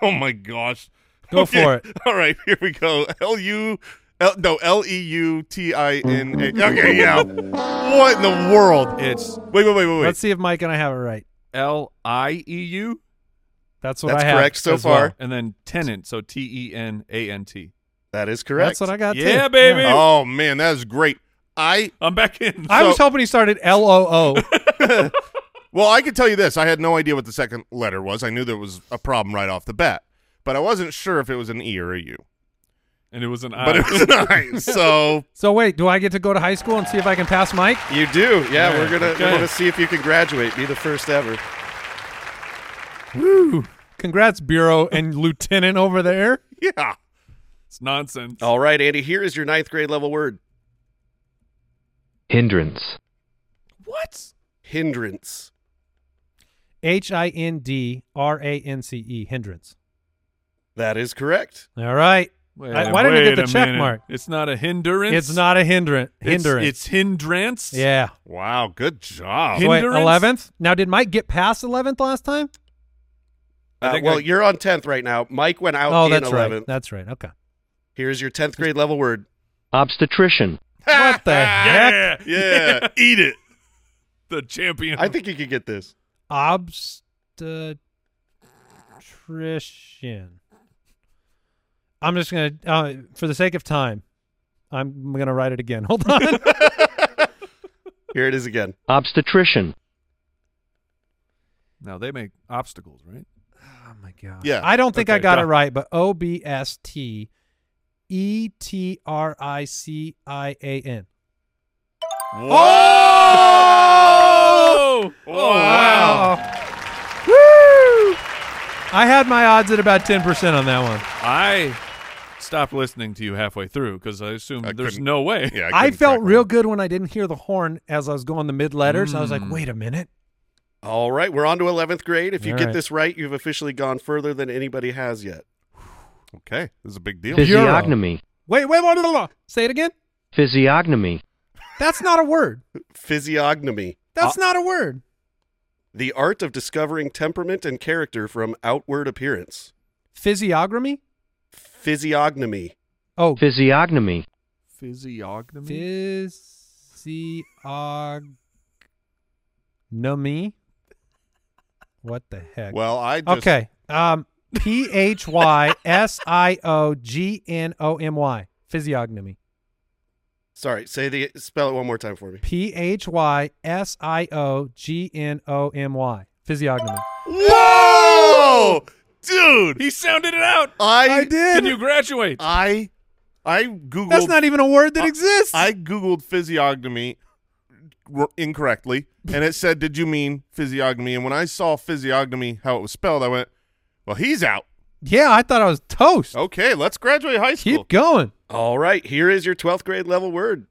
[SPEAKER 2] Oh my gosh.
[SPEAKER 4] Go
[SPEAKER 2] Okay,
[SPEAKER 4] for it.
[SPEAKER 2] All right, here we go. L U. L, no, L E U T I N A. Okay, yeah. what in the world?
[SPEAKER 3] It's
[SPEAKER 2] Wait, wait, wait, wait, wait.
[SPEAKER 4] Let's see if Mike and I have it right.
[SPEAKER 3] L I E U
[SPEAKER 4] That's what
[SPEAKER 5] That's
[SPEAKER 4] I have.
[SPEAKER 5] correct so
[SPEAKER 4] as well.
[SPEAKER 5] far.
[SPEAKER 3] and then tenant, so T E N A N T.
[SPEAKER 5] That is correct.
[SPEAKER 4] That's what I got.
[SPEAKER 3] Yeah,
[SPEAKER 4] too. Um,
[SPEAKER 3] baby.
[SPEAKER 2] Oh man, that is great. I
[SPEAKER 3] I'm back in.
[SPEAKER 4] I
[SPEAKER 2] So-
[SPEAKER 4] was hoping he started L O O.
[SPEAKER 2] Well, I can tell you this. I had no idea what the second letter was. I knew there was a problem right off the bat, but I wasn't sure if it was an E or a U.
[SPEAKER 3] And it was an I.
[SPEAKER 2] But it was
[SPEAKER 3] Uh,
[SPEAKER 2] an I. So,
[SPEAKER 4] So wait, do I get to go to high school and see if I can pass Mike?
[SPEAKER 5] You do. Yeah, we're gonna
[SPEAKER 3] okay.
[SPEAKER 5] we're gonna see if you can graduate. Be the first ever.
[SPEAKER 4] Woo! Congrats, Bureau and Lieutenant over there.
[SPEAKER 2] yeah.
[SPEAKER 3] it's nonsense.
[SPEAKER 4] Oh.
[SPEAKER 5] All right, Andy. Here is your ninth grade level word.
[SPEAKER 6] hindrance,
[SPEAKER 3] What?
[SPEAKER 5] Hindrance.
[SPEAKER 4] H I N D R A N C E, hindrance.
[SPEAKER 5] That is correct.
[SPEAKER 4] All right.
[SPEAKER 3] Wait,
[SPEAKER 4] I- why didn't I
[SPEAKER 3] wait
[SPEAKER 4] get the
[SPEAKER 3] a
[SPEAKER 4] check
[SPEAKER 3] minute.
[SPEAKER 4] mark?
[SPEAKER 3] It's not a hindrance.
[SPEAKER 4] It's not a hindrance.
[SPEAKER 3] It's-
[SPEAKER 4] Hindrance.
[SPEAKER 3] It's, hindrance.
[SPEAKER 4] yeah.
[SPEAKER 2] Wow, good job.
[SPEAKER 4] So wait,
[SPEAKER 3] Hindrance?
[SPEAKER 4] 11th? Now, did Mike get past 11th last time?
[SPEAKER 3] I
[SPEAKER 5] Uh,
[SPEAKER 3] think
[SPEAKER 5] well,
[SPEAKER 3] I-
[SPEAKER 5] you're on 10th right now. Mike went out
[SPEAKER 4] oh,
[SPEAKER 5] in
[SPEAKER 4] that's
[SPEAKER 5] 11th.
[SPEAKER 4] right. That's right. Okay.
[SPEAKER 5] Here's your 10th grade level word.
[SPEAKER 6] obstetrician,
[SPEAKER 4] What the heck?
[SPEAKER 2] Yeah,
[SPEAKER 3] Yeah.
[SPEAKER 2] eat it.
[SPEAKER 3] The champion.
[SPEAKER 5] I think you could get this.
[SPEAKER 4] Obstetrician. I'm just going to, uh, for the sake of time, I'm going to write it again. Hold on.
[SPEAKER 5] Here it is again.
[SPEAKER 6] obstetrician,
[SPEAKER 3] now they make obstacles, right?
[SPEAKER 4] Oh my god.
[SPEAKER 2] Yeah.
[SPEAKER 4] I don't think I
[SPEAKER 3] Okay,
[SPEAKER 4] got it
[SPEAKER 3] done.
[SPEAKER 4] right, but O B S T E T R I C I A N.
[SPEAKER 3] Oh!
[SPEAKER 2] Oh,
[SPEAKER 3] wow.
[SPEAKER 4] I had my odds at about 10% on that one.
[SPEAKER 3] I stopped listening to you halfway through because I assumed
[SPEAKER 2] I
[SPEAKER 3] there's
[SPEAKER 2] couldn't-
[SPEAKER 3] no way.
[SPEAKER 2] Yeah,
[SPEAKER 4] I,
[SPEAKER 2] couldn't
[SPEAKER 4] felt
[SPEAKER 2] crack
[SPEAKER 4] real
[SPEAKER 2] one.
[SPEAKER 4] good when I didn't hear the horn as I was going the mid letters. I was like,
[SPEAKER 3] Mm.
[SPEAKER 4] wait a minute.
[SPEAKER 5] All right, we're on to 11th grade. If you
[SPEAKER 4] All
[SPEAKER 5] get
[SPEAKER 4] right.
[SPEAKER 5] this right, you've officially gone further than anybody has yet.
[SPEAKER 2] Okay, this is a big deal.
[SPEAKER 6] physiognomy,
[SPEAKER 4] Wait, wait, wait, wait, wait. Say it again.
[SPEAKER 6] physiognomy,
[SPEAKER 4] That's not a word.
[SPEAKER 5] Physiognomy,
[SPEAKER 2] Uh,
[SPEAKER 4] That's not a word.
[SPEAKER 5] the art of discovering temperament and character from outward appearance.
[SPEAKER 4] Physiognomy?
[SPEAKER 5] Physiognomy.
[SPEAKER 4] Oh,
[SPEAKER 6] physiognomy,
[SPEAKER 3] Physiognomy.
[SPEAKER 4] physiognomy. What the heck?
[SPEAKER 2] Well, I just,
[SPEAKER 4] Okay. Um, P H Y S I O G N O M Y. Physiognomy.
[SPEAKER 5] Sorry, say the spell it one more time for me.
[SPEAKER 4] P H Y S I O G N O M Y. Physiognomy.
[SPEAKER 2] Whoa, dude!
[SPEAKER 3] he sounded it out.
[SPEAKER 2] I,
[SPEAKER 3] Can you graduate?
[SPEAKER 2] I I googled.
[SPEAKER 4] That's not even a word that exists.
[SPEAKER 2] I googled physiognomy r- incorrectly, and it said, "Did you mean physiognomy?" And when I saw physiognomy, how it was spelled, I went, "Well, he's out."
[SPEAKER 4] yeah, I thought I was toast.
[SPEAKER 2] Okay, let's graduate high school.
[SPEAKER 4] Keep going.
[SPEAKER 5] All right, here is your 12th grade level word.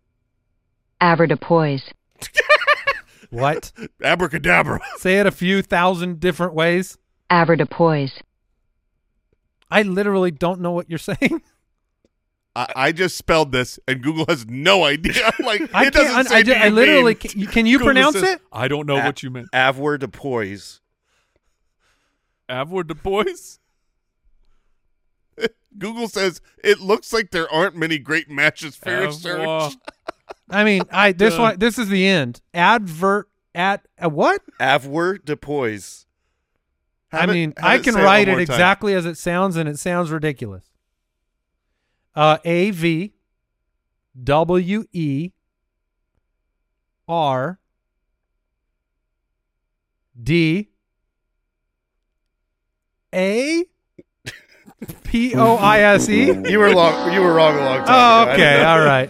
[SPEAKER 7] avoirdupois,
[SPEAKER 4] What?
[SPEAKER 2] Abracadabra.
[SPEAKER 4] Say it a few thousand different ways.
[SPEAKER 7] avoirdupois,
[SPEAKER 4] I literally don't know what you're saying.
[SPEAKER 2] I, I just spelled this, and Google has no idea. I'm like,
[SPEAKER 4] I
[SPEAKER 2] it doesn't
[SPEAKER 4] can't.
[SPEAKER 2] say
[SPEAKER 4] I, I,
[SPEAKER 2] do
[SPEAKER 4] ju-
[SPEAKER 2] you
[SPEAKER 4] I literally.
[SPEAKER 2] mean?
[SPEAKER 4] Can, can you
[SPEAKER 3] Google
[SPEAKER 4] pronounce
[SPEAKER 3] says,
[SPEAKER 4] it?
[SPEAKER 3] I don't
[SPEAKER 2] Ah.
[SPEAKER 3] know what you meant.
[SPEAKER 5] Avoirdupois.
[SPEAKER 3] Avward the boys.
[SPEAKER 2] Google says it looks like there aren't many great matches for
[SPEAKER 4] Uh,
[SPEAKER 2] your
[SPEAKER 3] Avoir-
[SPEAKER 2] search.
[SPEAKER 4] I mean, I this
[SPEAKER 3] Duh.
[SPEAKER 4] one. This is the end. Advert at uh, what?
[SPEAKER 5] Avoirdupois.
[SPEAKER 4] I
[SPEAKER 2] Have it-
[SPEAKER 4] mean,
[SPEAKER 2] have
[SPEAKER 4] I
[SPEAKER 2] it
[SPEAKER 4] can
[SPEAKER 2] say one
[SPEAKER 4] write it
[SPEAKER 2] more time.
[SPEAKER 4] exactly as it sounds, and it sounds ridiculous. Uh, A V W E R D A P O I S E.
[SPEAKER 5] You were long you were wrong a long time.
[SPEAKER 4] Oh,
[SPEAKER 5] ago. I
[SPEAKER 4] okay,
[SPEAKER 5] don't know.
[SPEAKER 4] all right.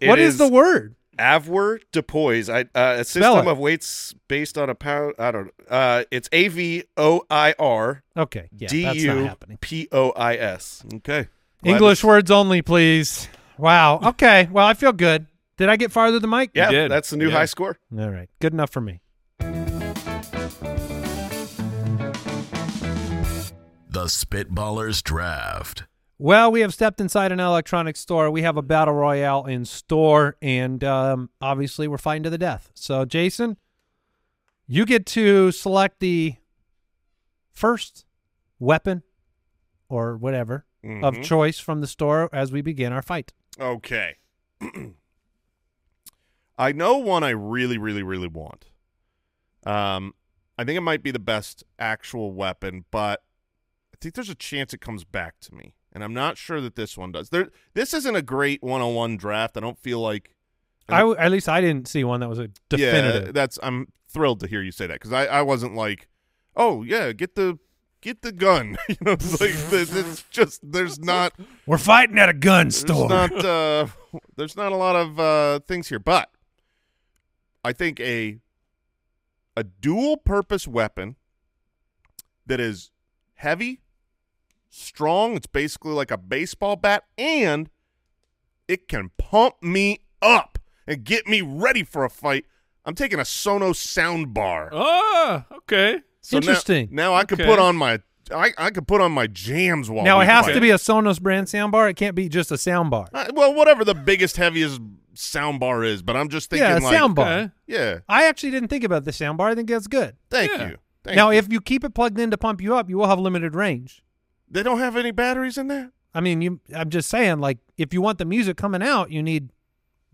[SPEAKER 5] It
[SPEAKER 4] what is, the word?
[SPEAKER 5] Avoirdupois. I uh, a
[SPEAKER 4] Spell
[SPEAKER 5] system
[SPEAKER 4] it.
[SPEAKER 5] of weights based on a pound. I don't. know. Uh, it's A V O I R
[SPEAKER 4] Okay, yeah,
[SPEAKER 5] D
[SPEAKER 4] that's not
[SPEAKER 5] U
[SPEAKER 4] happening.
[SPEAKER 5] P O I S.
[SPEAKER 2] Okay. Glad
[SPEAKER 4] English
[SPEAKER 2] it's-
[SPEAKER 4] words only, please. Wow. Okay. Well, I feel good. Did I get farther than Mike?
[SPEAKER 3] You
[SPEAKER 5] Yeah,
[SPEAKER 3] did.
[SPEAKER 5] that's the new
[SPEAKER 3] Yeah.
[SPEAKER 5] high score.
[SPEAKER 4] All right. Good enough for me.
[SPEAKER 1] The Spitballers Draft.
[SPEAKER 4] Well, we have stepped inside an electronics store. We have a battle royale in store, and um, obviously, we're fighting to the death. So, Jason, you get to select the first weapon or whatever of
[SPEAKER 2] Mhm.
[SPEAKER 4] choice from the store as we begin our fight.
[SPEAKER 2] Okay. I know one I really, really, really want. Um, I think it might be the best actual weapon, but I think there's a chance it comes back to me, and I'm not sure that this one does. There, this isn't a great one-on-one draft. I don't feel like.
[SPEAKER 4] I w at least I didn't see one that was a definitive.
[SPEAKER 2] Yeah, that's. I'm thrilled to hear you say that because I, I wasn't like, oh yeah, get the get the gun. you know, it's like this, it's just there's not
[SPEAKER 4] we're fighting at a gun
[SPEAKER 2] there's not uh, there's not a lot of uh, things here, but I think a a dual purpose weapon that is heavy, strong. It's basically like a baseball bat, and it can pump me up. and get me ready for a fight, I'm taking a Sonos sound bar.
[SPEAKER 3] Ah, okay.
[SPEAKER 2] So now-
[SPEAKER 4] Oh, Interesting.
[SPEAKER 2] Now, I could
[SPEAKER 3] Okay.
[SPEAKER 2] put on my I, I could put on my jams while
[SPEAKER 4] now
[SPEAKER 2] we
[SPEAKER 4] it has
[SPEAKER 2] fight.
[SPEAKER 4] to be a Sonos brand soundbar. It can't be just a soundbar.
[SPEAKER 2] Uh, well, whatever the biggest, heaviest sound bar is, but I'm just thinking
[SPEAKER 4] Yeah, a
[SPEAKER 2] like
[SPEAKER 4] sound bar.
[SPEAKER 3] Okay.
[SPEAKER 2] Yeah,
[SPEAKER 4] I actually didn't think about the soundbar. I think that's good.
[SPEAKER 2] thank
[SPEAKER 3] Yeah.
[SPEAKER 2] you. Thank
[SPEAKER 4] now,
[SPEAKER 2] you.
[SPEAKER 4] if you keep it plugged in to pump you up, you will have limited range.
[SPEAKER 2] they don't have any batteries in there,
[SPEAKER 4] I mean, you. I'm just saying, like, if you want the music coming out, you need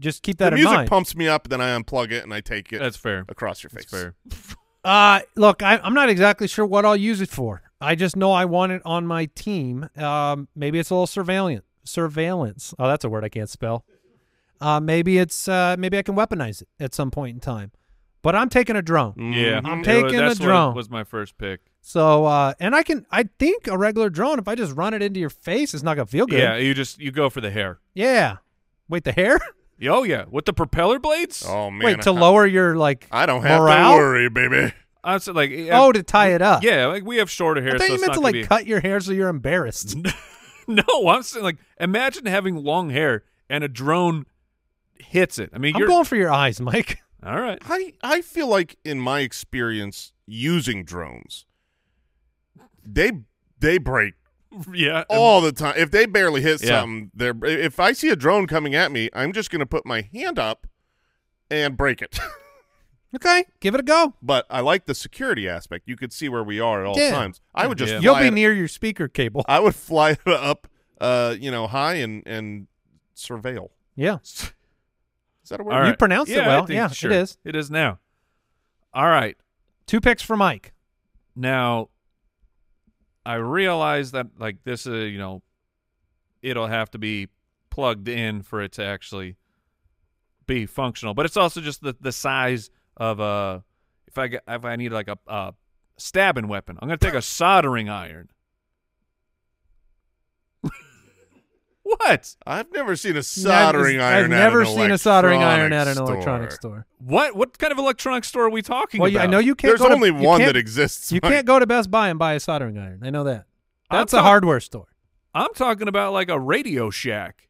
[SPEAKER 4] just keep that
[SPEAKER 2] the
[SPEAKER 4] in
[SPEAKER 2] music
[SPEAKER 4] mind.
[SPEAKER 2] pumps me up, then I unplug it and I take it
[SPEAKER 3] That's fair.
[SPEAKER 2] across your face.
[SPEAKER 3] That's fair.
[SPEAKER 4] Uh, look, I, I'm not exactly sure what I'll use it for. I just know I want it on my team. Um, maybe it's a little surveillance. Surveillance. Oh, that's a word I can't spell. Uh, maybe it's uh, maybe I can weaponize it at some point in time. But I'm taking a drone.
[SPEAKER 3] Yeah,
[SPEAKER 4] I'm
[SPEAKER 3] Mm-hmm. It
[SPEAKER 4] taking
[SPEAKER 3] was-
[SPEAKER 4] a
[SPEAKER 3] that's what
[SPEAKER 4] drone.
[SPEAKER 3] Was my first pick.
[SPEAKER 4] So uh, and I can I think a regular drone, if I just run it into your face, it's not gonna feel good.
[SPEAKER 3] Yeah, you just you go for the hair.
[SPEAKER 4] Yeah. Wait, the hair?
[SPEAKER 3] Oh yeah, with the propeller blades.
[SPEAKER 2] Oh man,
[SPEAKER 4] Wait to
[SPEAKER 2] I,
[SPEAKER 4] lower your like
[SPEAKER 2] I don't have
[SPEAKER 4] morale?
[SPEAKER 2] to worry, baby.
[SPEAKER 3] I said like
[SPEAKER 4] Oh, to tie it up.
[SPEAKER 3] Yeah, like we have shorter hair.
[SPEAKER 4] I
[SPEAKER 3] so
[SPEAKER 4] thought you
[SPEAKER 3] it's
[SPEAKER 4] meant
[SPEAKER 3] not
[SPEAKER 4] to
[SPEAKER 3] gonna
[SPEAKER 4] like
[SPEAKER 3] be-
[SPEAKER 4] cut your hair so you're embarrassed.
[SPEAKER 3] No, I'm saying like imagine having long hair and a drone hits it. I mean,
[SPEAKER 4] I'm
[SPEAKER 3] you're
[SPEAKER 4] going for your eyes, Mike.
[SPEAKER 3] all right.
[SPEAKER 2] I I feel like in my experience using drones, they they break
[SPEAKER 3] Yeah.
[SPEAKER 4] Oh. Um,
[SPEAKER 2] all the time. If they barely hit
[SPEAKER 3] Yeah.
[SPEAKER 2] something, they're if I see a drone coming at me, I'm just gonna put my hand up and break it.
[SPEAKER 4] Okay, give it a go.
[SPEAKER 2] but I like the security aspect. You could see where we are at all
[SPEAKER 4] Yeah.
[SPEAKER 2] times. I would just
[SPEAKER 3] Yeah.
[SPEAKER 4] You'll
[SPEAKER 2] fly
[SPEAKER 4] be
[SPEAKER 2] it- Uh,
[SPEAKER 4] near your speaker cable.
[SPEAKER 2] I would fly it up, uh, you know, high and and surveil.
[SPEAKER 4] Yeah.
[SPEAKER 2] Is that a word?
[SPEAKER 3] All
[SPEAKER 4] You
[SPEAKER 3] right.
[SPEAKER 4] pronounced it
[SPEAKER 3] Yeah, I
[SPEAKER 4] well.
[SPEAKER 3] think-
[SPEAKER 4] Yeah, it
[SPEAKER 3] sure.
[SPEAKER 4] is.
[SPEAKER 3] It is now. All right.
[SPEAKER 4] Two picks for Mike.
[SPEAKER 3] Now, I realize that like this is you know, it'll have to be plugged in for it to actually be functional. But it's also just the the size of a if I get, if I need like a, a stabbing weapon, I'm gonna take a soldering iron. what?
[SPEAKER 2] I've never seen a soldering
[SPEAKER 4] I've,
[SPEAKER 2] iron.
[SPEAKER 4] I've never
[SPEAKER 2] at an
[SPEAKER 4] seen a soldering iron at
[SPEAKER 2] electronics
[SPEAKER 4] an electronics
[SPEAKER 2] store.
[SPEAKER 4] store.
[SPEAKER 3] What? What kind of electronic store are we talking
[SPEAKER 4] Well, you-
[SPEAKER 3] about?
[SPEAKER 4] I know you can't.
[SPEAKER 2] There's
[SPEAKER 4] go to-
[SPEAKER 2] only
[SPEAKER 4] you
[SPEAKER 2] one
[SPEAKER 4] can't-
[SPEAKER 2] that exists.
[SPEAKER 4] You
[SPEAKER 2] Mike.
[SPEAKER 4] can't go to Best Buy and buy a soldering iron. I know that.
[SPEAKER 3] I'm
[SPEAKER 4] That's a
[SPEAKER 3] talk-
[SPEAKER 4] hardware store.
[SPEAKER 3] I'm talking about like a Radio Shack,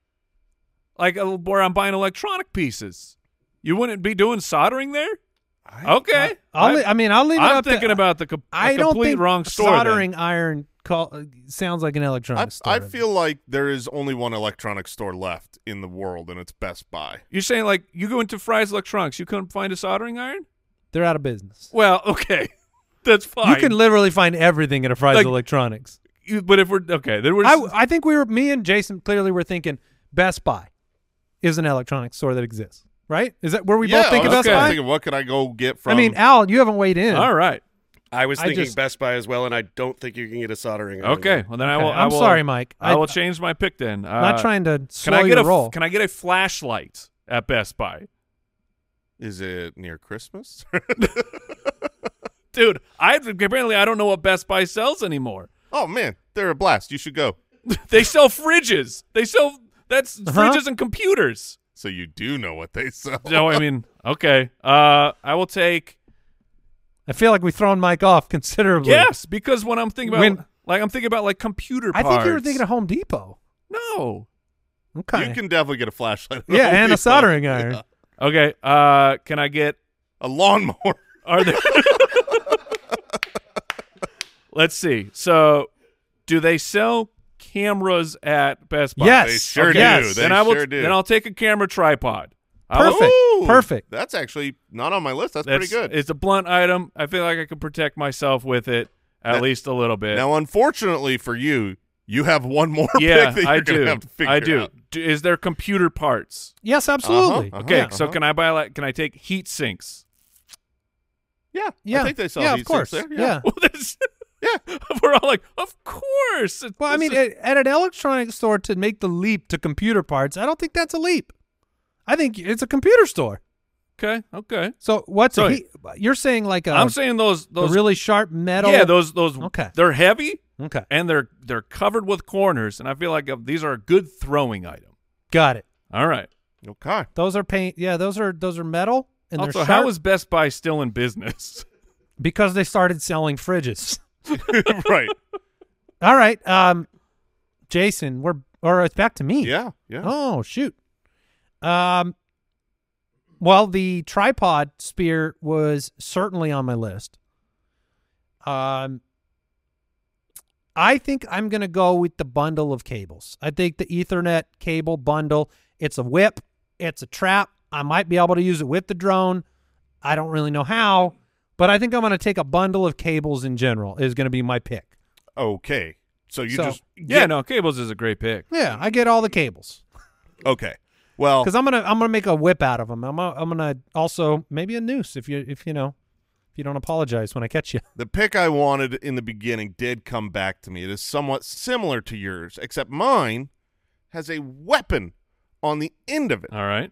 [SPEAKER 3] like a, where I'm buying electronic pieces. You wouldn't be doing soldering there. okay,
[SPEAKER 4] uh, I'll li- I mean, I'll leave it
[SPEAKER 3] am
[SPEAKER 4] up to-
[SPEAKER 3] thinking about the, com-
[SPEAKER 4] I
[SPEAKER 3] the
[SPEAKER 4] don't
[SPEAKER 3] complete
[SPEAKER 4] think
[SPEAKER 3] wrong store. then.
[SPEAKER 4] soldering iron call, uh, sounds like an
[SPEAKER 2] I,
[SPEAKER 4] electronics store.
[SPEAKER 2] I feel like there is only one electronics store left in the world, and it's Best Buy.
[SPEAKER 3] You're saying like you go into Fry's Electronics, you couldn't find a soldering iron?
[SPEAKER 4] they're out of business.
[SPEAKER 3] Well, okay, that's fine.
[SPEAKER 4] You can literally find everything at a Fry's
[SPEAKER 3] Like-
[SPEAKER 4] Electronics.
[SPEAKER 3] You- but if we're okay, then we're
[SPEAKER 4] I, I think we were me and Jason clearly were thinking Best Buy is an electronics store that exists, right? Is that where we
[SPEAKER 2] yeah,
[SPEAKER 4] both think
[SPEAKER 2] I
[SPEAKER 4] of
[SPEAKER 2] was
[SPEAKER 4] Best
[SPEAKER 2] kinda
[SPEAKER 4] Buy?
[SPEAKER 2] Thinking, what could I go get from?
[SPEAKER 4] I mean, Al, you haven't weighed in.
[SPEAKER 3] all right.
[SPEAKER 5] I was
[SPEAKER 4] I
[SPEAKER 5] thinking
[SPEAKER 4] just-
[SPEAKER 5] Best Buy as well, and I don't think you can get a soldering iron.
[SPEAKER 3] Okay, well then I
[SPEAKER 4] Okay,
[SPEAKER 3] will. I
[SPEAKER 4] I'm
[SPEAKER 3] will-
[SPEAKER 4] sorry, Mike.
[SPEAKER 3] I,
[SPEAKER 4] I-
[SPEAKER 3] will change my pick then. Uh,
[SPEAKER 4] Not trying to
[SPEAKER 3] Can
[SPEAKER 4] slow
[SPEAKER 3] I get
[SPEAKER 4] your
[SPEAKER 3] a f-
[SPEAKER 4] roll.
[SPEAKER 3] Can I get a flashlight at Best Buy?
[SPEAKER 2] is it near Christmas?
[SPEAKER 3] dude. I apparently I don't know what Best Buy sells anymore.
[SPEAKER 2] oh man, they're a blast. You should go.
[SPEAKER 3] they sell fridges. They sell that's
[SPEAKER 4] Uh-huh.
[SPEAKER 3] fridges and computers.
[SPEAKER 2] So you do know what they sell.
[SPEAKER 3] No, I mean, okay. Uh, I will take
[SPEAKER 4] I feel like we've thrown Mike off considerably.
[SPEAKER 3] yes because when I'm thinking about
[SPEAKER 4] When-
[SPEAKER 3] like I'm thinking about like computer.
[SPEAKER 4] I
[SPEAKER 3] Parts.
[SPEAKER 4] think you were thinking of Home Depot.
[SPEAKER 3] no.
[SPEAKER 4] Okay.
[SPEAKER 2] You can definitely get a flashlight.
[SPEAKER 4] yeah,
[SPEAKER 2] That'll
[SPEAKER 4] and
[SPEAKER 2] be
[SPEAKER 4] a soldering
[SPEAKER 2] fun.
[SPEAKER 4] iron.
[SPEAKER 2] Yeah.
[SPEAKER 3] Okay. Uh, can I get
[SPEAKER 2] A lawnmower.
[SPEAKER 3] are there? Let's see. So, do they sell cameras at Best Buy?
[SPEAKER 4] Yes.
[SPEAKER 2] They sure
[SPEAKER 4] Okay.
[SPEAKER 2] do.
[SPEAKER 4] Yes.
[SPEAKER 2] They
[SPEAKER 3] then I will.
[SPEAKER 2] sure do.
[SPEAKER 3] Then I'll take a camera tripod. I will-
[SPEAKER 4] Perfect.
[SPEAKER 2] Ooh,
[SPEAKER 4] Perfect.
[SPEAKER 2] That's actually not on my list. That's, pretty good.
[SPEAKER 3] It's a blunt item. I feel like I can protect myself with it at
[SPEAKER 2] That-
[SPEAKER 3] least a little bit.
[SPEAKER 2] now, unfortunately for you, you have one more
[SPEAKER 3] yeah,
[SPEAKER 2] pick that you're
[SPEAKER 3] I
[SPEAKER 2] gonna
[SPEAKER 3] do.
[SPEAKER 2] have to figure
[SPEAKER 3] I do.
[SPEAKER 2] out.
[SPEAKER 3] do. Is there computer parts?
[SPEAKER 4] Yes, absolutely.
[SPEAKER 2] Uh-huh.
[SPEAKER 3] Okay,
[SPEAKER 4] Yeah.
[SPEAKER 3] so
[SPEAKER 2] uh-huh.
[SPEAKER 3] can I buy like can I take heat sinks?
[SPEAKER 2] Yeah,
[SPEAKER 4] Yeah.
[SPEAKER 2] I think they sell
[SPEAKER 4] yeah,
[SPEAKER 2] heat
[SPEAKER 4] of course.
[SPEAKER 2] sinks there.
[SPEAKER 4] yeah.
[SPEAKER 3] Well, there's-
[SPEAKER 2] yeah.
[SPEAKER 3] We're all like, of course. It-
[SPEAKER 4] Well, I
[SPEAKER 3] this
[SPEAKER 4] mean,
[SPEAKER 3] is-
[SPEAKER 4] at, at an electronics store to make the leap to computer parts, I don't think that's a leap. I think it's a computer store.
[SPEAKER 3] okay, okay.
[SPEAKER 4] So what's
[SPEAKER 3] So-
[SPEAKER 4] a heat? You're saying like a
[SPEAKER 3] I'm saying those
[SPEAKER 4] the
[SPEAKER 3] those
[SPEAKER 4] really sharp metal.
[SPEAKER 3] yeah those those
[SPEAKER 4] Okay.
[SPEAKER 3] they're heavy
[SPEAKER 4] Okay,
[SPEAKER 3] and they're they're covered with corners and I feel like uh, these are a good throwing item.
[SPEAKER 4] got it.
[SPEAKER 3] All right.
[SPEAKER 2] Okay.
[SPEAKER 4] Those are paint. Yeah, those are those are metal and
[SPEAKER 3] also,
[SPEAKER 4] they're sharp
[SPEAKER 3] how is Best Buy still in business?
[SPEAKER 4] because they started selling fridges.
[SPEAKER 2] right.
[SPEAKER 4] All right, um, Jason, we're or it's back to me.
[SPEAKER 2] Yeah. Yeah.
[SPEAKER 4] Oh shoot. Um, Well, the tripod spear was certainly on my list. Um, I think I'm going to go with the bundle of cables. I think the Ethernet cable bundle. It's a whip. It's a trap. I might be able to use it with the drone. I don't really know how, but I think I'm going to take a bundle of cables in general. Is going to be my pick.
[SPEAKER 2] Okay. So you
[SPEAKER 4] So-
[SPEAKER 2] just
[SPEAKER 3] Yeah, no, cables is a great pick.
[SPEAKER 4] Yeah, I get all the cables.
[SPEAKER 2] okay. Well,
[SPEAKER 4] because I'm gonna I'm gonna make a whip out of them. I'm gonna, I'm gonna also maybe a noose if you if you know if you don't apologize when I catch you.
[SPEAKER 2] the pick I wanted in the beginning did come back to me. It is somewhat similar to yours, except mine has a weapon on the end of it.
[SPEAKER 3] All right.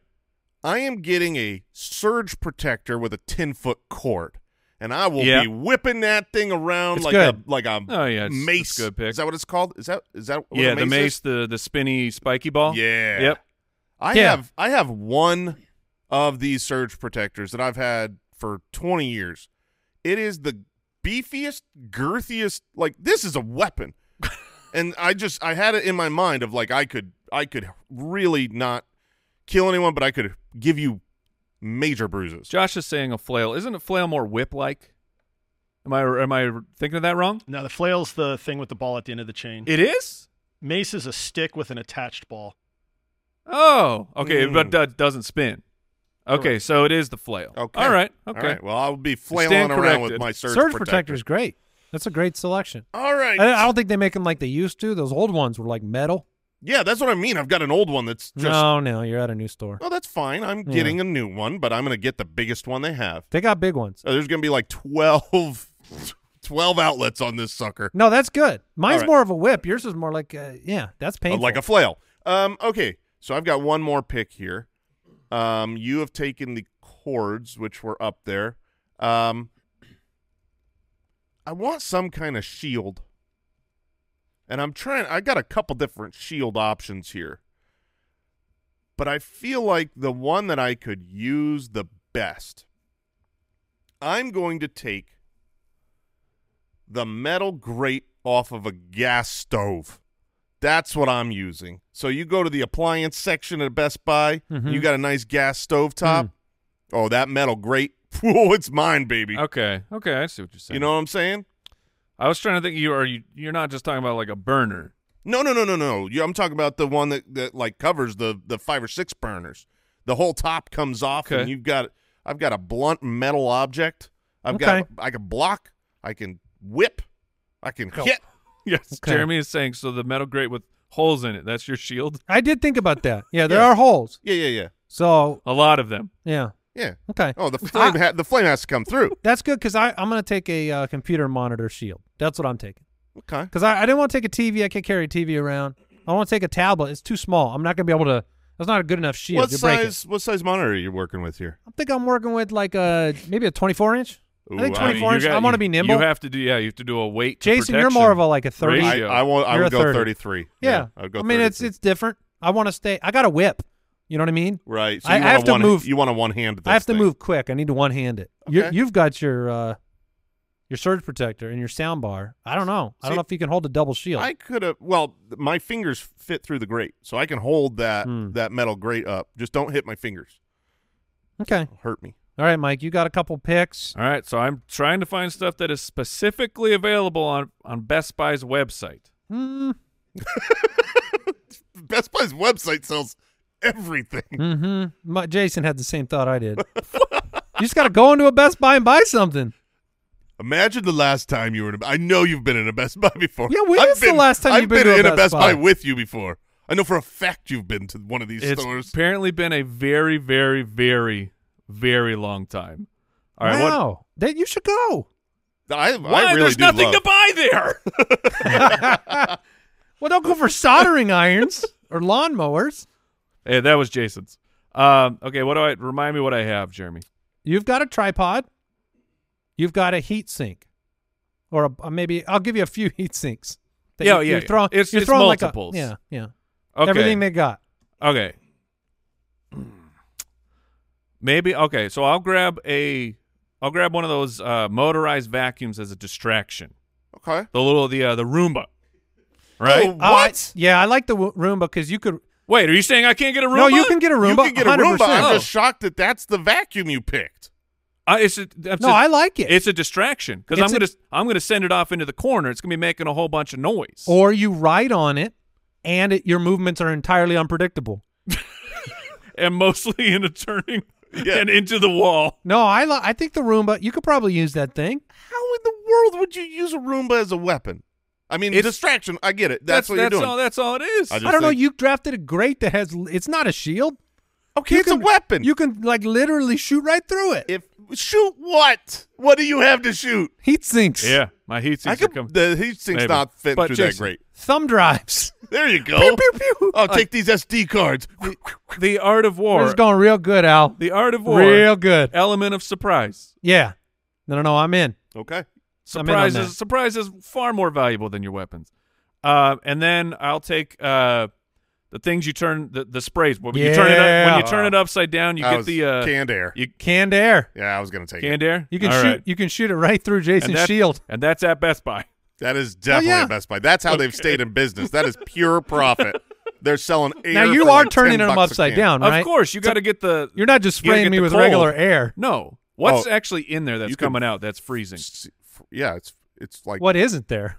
[SPEAKER 2] I am getting a surge protector with a ten foot cord, and I will
[SPEAKER 3] Yeah.
[SPEAKER 2] be whipping that thing around
[SPEAKER 4] It's
[SPEAKER 2] like
[SPEAKER 4] good.
[SPEAKER 2] a like a
[SPEAKER 3] Oh, yeah, it's- it's
[SPEAKER 2] mace.
[SPEAKER 3] good pick.
[SPEAKER 2] Is that what it's called? Is that is that what
[SPEAKER 3] yeah,
[SPEAKER 2] a
[SPEAKER 3] the
[SPEAKER 2] is?
[SPEAKER 3] mace, the the spinny spiky ball.
[SPEAKER 2] Yeah.
[SPEAKER 3] Yep.
[SPEAKER 2] I
[SPEAKER 4] Yeah.
[SPEAKER 2] have I have one of these surge protectors that I've had for 20 years. It is the beefiest, girthiest like this is a weapon. and I just I had it in my mind of like I could I could really not kill anyone but I could give you major bruises.
[SPEAKER 3] Josh is saying a flail. Isn't a flail more whip like? Am I am I thinking of that wrong?
[SPEAKER 8] Now the flail's the thing with the ball at the end of the chain.
[SPEAKER 3] It is.
[SPEAKER 8] Mace is a stick with an attached ball.
[SPEAKER 3] Oh, okay,
[SPEAKER 2] Mm.
[SPEAKER 3] but that doesn't spin. Okay, so it is the flail.
[SPEAKER 2] Okay.
[SPEAKER 3] All right.
[SPEAKER 2] All
[SPEAKER 3] Okay.
[SPEAKER 2] right. Well, I'll be
[SPEAKER 3] stand
[SPEAKER 2] flailing around with
[SPEAKER 3] corrected.
[SPEAKER 2] my surge,
[SPEAKER 4] Surge
[SPEAKER 2] protector.
[SPEAKER 4] protector's great. That's a great selection.
[SPEAKER 2] All right.
[SPEAKER 4] I, I don't think they make them like they used to. Those old ones were like metal.
[SPEAKER 2] yeah, that's what I mean. I've got an old one that's just
[SPEAKER 4] no, no, you're at a new store.
[SPEAKER 2] Oh, that's fine. I'm
[SPEAKER 4] Yeah.
[SPEAKER 2] getting a new one, but I'm going to get the biggest one they have.
[SPEAKER 4] They got big ones.
[SPEAKER 2] So there's going to be like 12, 12 outlets on this sucker,
[SPEAKER 4] No, that's good. Mine's
[SPEAKER 2] All right.
[SPEAKER 4] more of a whip. Yours is more like uh, yeah, that's
[SPEAKER 2] Uh,
[SPEAKER 4] painful.
[SPEAKER 2] like a flail. Um, okay, so I've got one more pick here. Um, you have taken the cords, which were up there. Um, I want some kind of shield, and I'm trying. I got a couple different shield options here, but I feel like the one that I could use the best. I'm going to take the metal grate off of a gas stove. That's what I'm using. So you go to the appliance section at Best Buy,
[SPEAKER 4] Mhm.
[SPEAKER 2] you got a nice gas stove top. Oh, that metal grate. Whoa, it's mine, baby.
[SPEAKER 3] Okay. Okay. I see what you're saying.
[SPEAKER 2] You know what I'm saying?
[SPEAKER 3] I was trying to think. You are you? You're not just talking about like a burner.
[SPEAKER 2] No, no, no, no, no. You, I'm talking about the one that, that like covers the the five or six burners. The whole top comes off, and
[SPEAKER 3] Okay.
[SPEAKER 2] you've got I've got a blunt metal object. I've got
[SPEAKER 4] Okay.
[SPEAKER 2] I can block, I can whip, I can hit.
[SPEAKER 3] Yes.
[SPEAKER 4] Okay.
[SPEAKER 3] Jeremy is saying so. The metal grate with holes in it. That's your shield.
[SPEAKER 4] I did think about that. Yeah, there
[SPEAKER 2] Yeah.
[SPEAKER 4] are holes.
[SPEAKER 2] Yeah, yeah, yeah,
[SPEAKER 4] So
[SPEAKER 3] A lot of them.
[SPEAKER 4] yeah,
[SPEAKER 2] yeah.
[SPEAKER 4] okay.
[SPEAKER 2] Oh, the flame ha- the flame has to come through.
[SPEAKER 4] That's good because I I'm gonna take a uh, computer monitor shield. That's what I'm taking.
[SPEAKER 2] Okay.
[SPEAKER 4] Because I, I didn't want to take a TV. I can't carry a TV around. I want to take a tablet. It's too small. I'm not gonna be able to. That's not a good enough shield.
[SPEAKER 2] what
[SPEAKER 4] You'll break it.
[SPEAKER 2] size what size monitor are you working with here?
[SPEAKER 4] I think I'm working with like a maybe a 24 inch. I think
[SPEAKER 2] Ooh,
[SPEAKER 4] 24 inch.
[SPEAKER 3] you got-
[SPEAKER 4] I want to
[SPEAKER 3] you-
[SPEAKER 4] be nimble.
[SPEAKER 3] You have to do. Yeah. You have to do a weight. to
[SPEAKER 4] Jason, you're
[SPEAKER 3] protection.
[SPEAKER 4] more of a like a 30.
[SPEAKER 2] I,
[SPEAKER 3] ratio.
[SPEAKER 2] I will. I
[SPEAKER 4] You're
[SPEAKER 2] would
[SPEAKER 4] a
[SPEAKER 2] go
[SPEAKER 4] 30.
[SPEAKER 2] 33.
[SPEAKER 4] yeah.
[SPEAKER 2] I would go.
[SPEAKER 4] I mean, it's
[SPEAKER 2] 33.
[SPEAKER 4] it's different. I want to stay. I got a whip. You know what I mean?
[SPEAKER 2] right. So
[SPEAKER 4] I-
[SPEAKER 2] you
[SPEAKER 4] I
[SPEAKER 2] wanna
[SPEAKER 4] have to
[SPEAKER 2] one,
[SPEAKER 4] move-
[SPEAKER 2] You want to one hand.
[SPEAKER 4] I have to move quick. I need to one hand it. You,
[SPEAKER 2] Okay.
[SPEAKER 4] you've got your uh, your surge protector and your sound bar. I don't know. I
[SPEAKER 2] See-
[SPEAKER 4] don't know if you can hold a double shield.
[SPEAKER 2] I could have. Well, th- my fingers fit through the grate, so I can hold that
[SPEAKER 4] Hmm.
[SPEAKER 2] that metal grate up. Just don't hit my fingers.
[SPEAKER 4] okay.
[SPEAKER 2] It'll hurt me.
[SPEAKER 4] All right, Mike. You got a couple picks.
[SPEAKER 3] All right, so I'm trying to find stuff that is specifically available on on Best Buy's website.
[SPEAKER 4] Mm,
[SPEAKER 2] Best Buy's website sells everything.
[SPEAKER 4] hmm My, Jason had the same thought I did. you just got to go into a Best Buy and buy something.
[SPEAKER 2] Imagine the last time you were in a. I know you've been in a Best Buy before.
[SPEAKER 4] Yeah, when
[SPEAKER 2] I've
[SPEAKER 4] is the
[SPEAKER 2] been-
[SPEAKER 4] last time
[SPEAKER 2] I've
[SPEAKER 4] you've been to a
[SPEAKER 2] in a
[SPEAKER 4] Best
[SPEAKER 2] Best Buy
[SPEAKER 4] Buy?
[SPEAKER 2] with you before? I know for a fact you've been to one of these
[SPEAKER 3] It's
[SPEAKER 2] stores.
[SPEAKER 3] apparently been a very, very, very, very long time. All right, what-
[SPEAKER 4] wow. That you should go.
[SPEAKER 2] I,
[SPEAKER 3] why
[SPEAKER 2] I really
[SPEAKER 3] there's
[SPEAKER 2] do
[SPEAKER 3] nothing
[SPEAKER 2] love-
[SPEAKER 3] to buy there?
[SPEAKER 4] Well, don't go for soldering irons or lawnmowers.
[SPEAKER 3] hey, that was Jason's. Um, okay, what do I remind me what I have, Jeremy?
[SPEAKER 4] You've got a tripod. You've got a heat sink, or a, or maybe I'll give you a few heat sinks. that
[SPEAKER 3] Yeah, yeah,
[SPEAKER 4] You're
[SPEAKER 3] yeah.
[SPEAKER 4] throwing,
[SPEAKER 3] It's-
[SPEAKER 4] you're
[SPEAKER 3] it's
[SPEAKER 4] throwing
[SPEAKER 3] multiples.
[SPEAKER 4] Like a, yeah, yeah.
[SPEAKER 3] Okay,
[SPEAKER 4] Everything they got.
[SPEAKER 3] okay. Maybe okay. So I'll grab a, I'll grab one of those uh, motorized vacuums as a distraction.
[SPEAKER 2] Okay.
[SPEAKER 3] The little the uh, the Roomba,
[SPEAKER 2] Right.
[SPEAKER 3] right?
[SPEAKER 4] Oh, I- yeah, I like the w- Roomba because you could
[SPEAKER 3] Wait, are you saying I can't get a Roomba?
[SPEAKER 4] No, you can get a
[SPEAKER 2] You
[SPEAKER 4] Roomba.
[SPEAKER 2] can get a Roomba.
[SPEAKER 4] 100%.
[SPEAKER 2] I'm
[SPEAKER 3] Oh.
[SPEAKER 2] just shocked that that's the vacuum you picked.
[SPEAKER 3] I, Uh, it's a, that's
[SPEAKER 4] No,
[SPEAKER 3] a-
[SPEAKER 4] I like it.
[SPEAKER 3] It's a distraction because I'm
[SPEAKER 4] It's a-
[SPEAKER 3] gonna i I'm gonna send it off into the corner. It's gonna be making a whole bunch of noise.
[SPEAKER 4] or you ride on it, and it, your movements are entirely unpredictable.
[SPEAKER 3] and mostly into turning
[SPEAKER 2] Yeah.
[SPEAKER 3] and into the wall.
[SPEAKER 4] No, I li- I think the Roomba. You could probably use that thing.
[SPEAKER 2] How in the world would you use a Roomba as a weapon? I mean,
[SPEAKER 3] It's-
[SPEAKER 2] distraction. I get it. That's, what
[SPEAKER 3] that's
[SPEAKER 2] you're doing.
[SPEAKER 3] All, that's all it is.
[SPEAKER 2] I just
[SPEAKER 4] I don't know.
[SPEAKER 2] think-
[SPEAKER 4] You drafted a great that has. It's not a shield.
[SPEAKER 2] okay,
[SPEAKER 4] you
[SPEAKER 2] it's
[SPEAKER 4] can-
[SPEAKER 2] a weapon.
[SPEAKER 4] You can like literally shoot right through it.
[SPEAKER 2] if shoot what? What do you have to shoot?
[SPEAKER 4] Heat sinks.
[SPEAKER 3] yeah, my heat
[SPEAKER 2] I
[SPEAKER 3] sinks are
[SPEAKER 2] could,
[SPEAKER 3] coming.
[SPEAKER 2] the heat sink's
[SPEAKER 3] Maybe.
[SPEAKER 2] not fit
[SPEAKER 3] But
[SPEAKER 2] through that
[SPEAKER 3] Jason-
[SPEAKER 2] great.
[SPEAKER 4] Thumb drives.
[SPEAKER 2] There you go.
[SPEAKER 4] Pew, pew, pew.
[SPEAKER 2] Oh, take these SD cards.
[SPEAKER 3] the art of war.
[SPEAKER 4] It's going real good, Al.
[SPEAKER 3] The art of war.
[SPEAKER 4] Real good.
[SPEAKER 3] element of surprise.
[SPEAKER 4] Yeah. No, no, no. I'm in.
[SPEAKER 2] Okay.
[SPEAKER 4] I'm in on
[SPEAKER 3] Surprise
[SPEAKER 4] that.
[SPEAKER 3] is surprise is far more valuable than your weapons. Uh, and then I'll take uh, the things you turn the, the sprays. When you turn it up, when
[SPEAKER 4] Yeah.
[SPEAKER 3] you turn it upside down, you
[SPEAKER 2] I
[SPEAKER 3] get
[SPEAKER 2] was
[SPEAKER 3] the uh,
[SPEAKER 2] canned air.
[SPEAKER 3] you
[SPEAKER 4] Canned air.
[SPEAKER 2] yeah, I was gonna take
[SPEAKER 3] canned
[SPEAKER 2] it.
[SPEAKER 3] air.
[SPEAKER 4] You can
[SPEAKER 3] All
[SPEAKER 4] shoot.
[SPEAKER 3] right.
[SPEAKER 4] You can shoot it right through Jason's
[SPEAKER 3] and that-
[SPEAKER 4] shield.
[SPEAKER 3] and that's at Best Buy.
[SPEAKER 2] That is definitely
[SPEAKER 4] Oh, yeah.
[SPEAKER 2] a Best Buy. That's how they've stayed in business. That is pure profit. They're selling air.
[SPEAKER 4] Now you
[SPEAKER 2] for
[SPEAKER 4] are
[SPEAKER 2] like
[SPEAKER 4] turning
[SPEAKER 2] 10
[SPEAKER 4] them
[SPEAKER 2] bucks a
[SPEAKER 4] upside
[SPEAKER 2] can.
[SPEAKER 4] down, right?
[SPEAKER 3] Of course, you got to get the.
[SPEAKER 4] You're not just
[SPEAKER 3] you gotta
[SPEAKER 4] spraying
[SPEAKER 3] get
[SPEAKER 4] me
[SPEAKER 3] the
[SPEAKER 4] with
[SPEAKER 3] cold.
[SPEAKER 4] regular air.
[SPEAKER 3] No, what's
[SPEAKER 2] Oh.
[SPEAKER 3] actually in there that's
[SPEAKER 2] You could-
[SPEAKER 3] coming out that's freezing?
[SPEAKER 2] S- f- Yeah, it's it's like
[SPEAKER 4] What isn't there?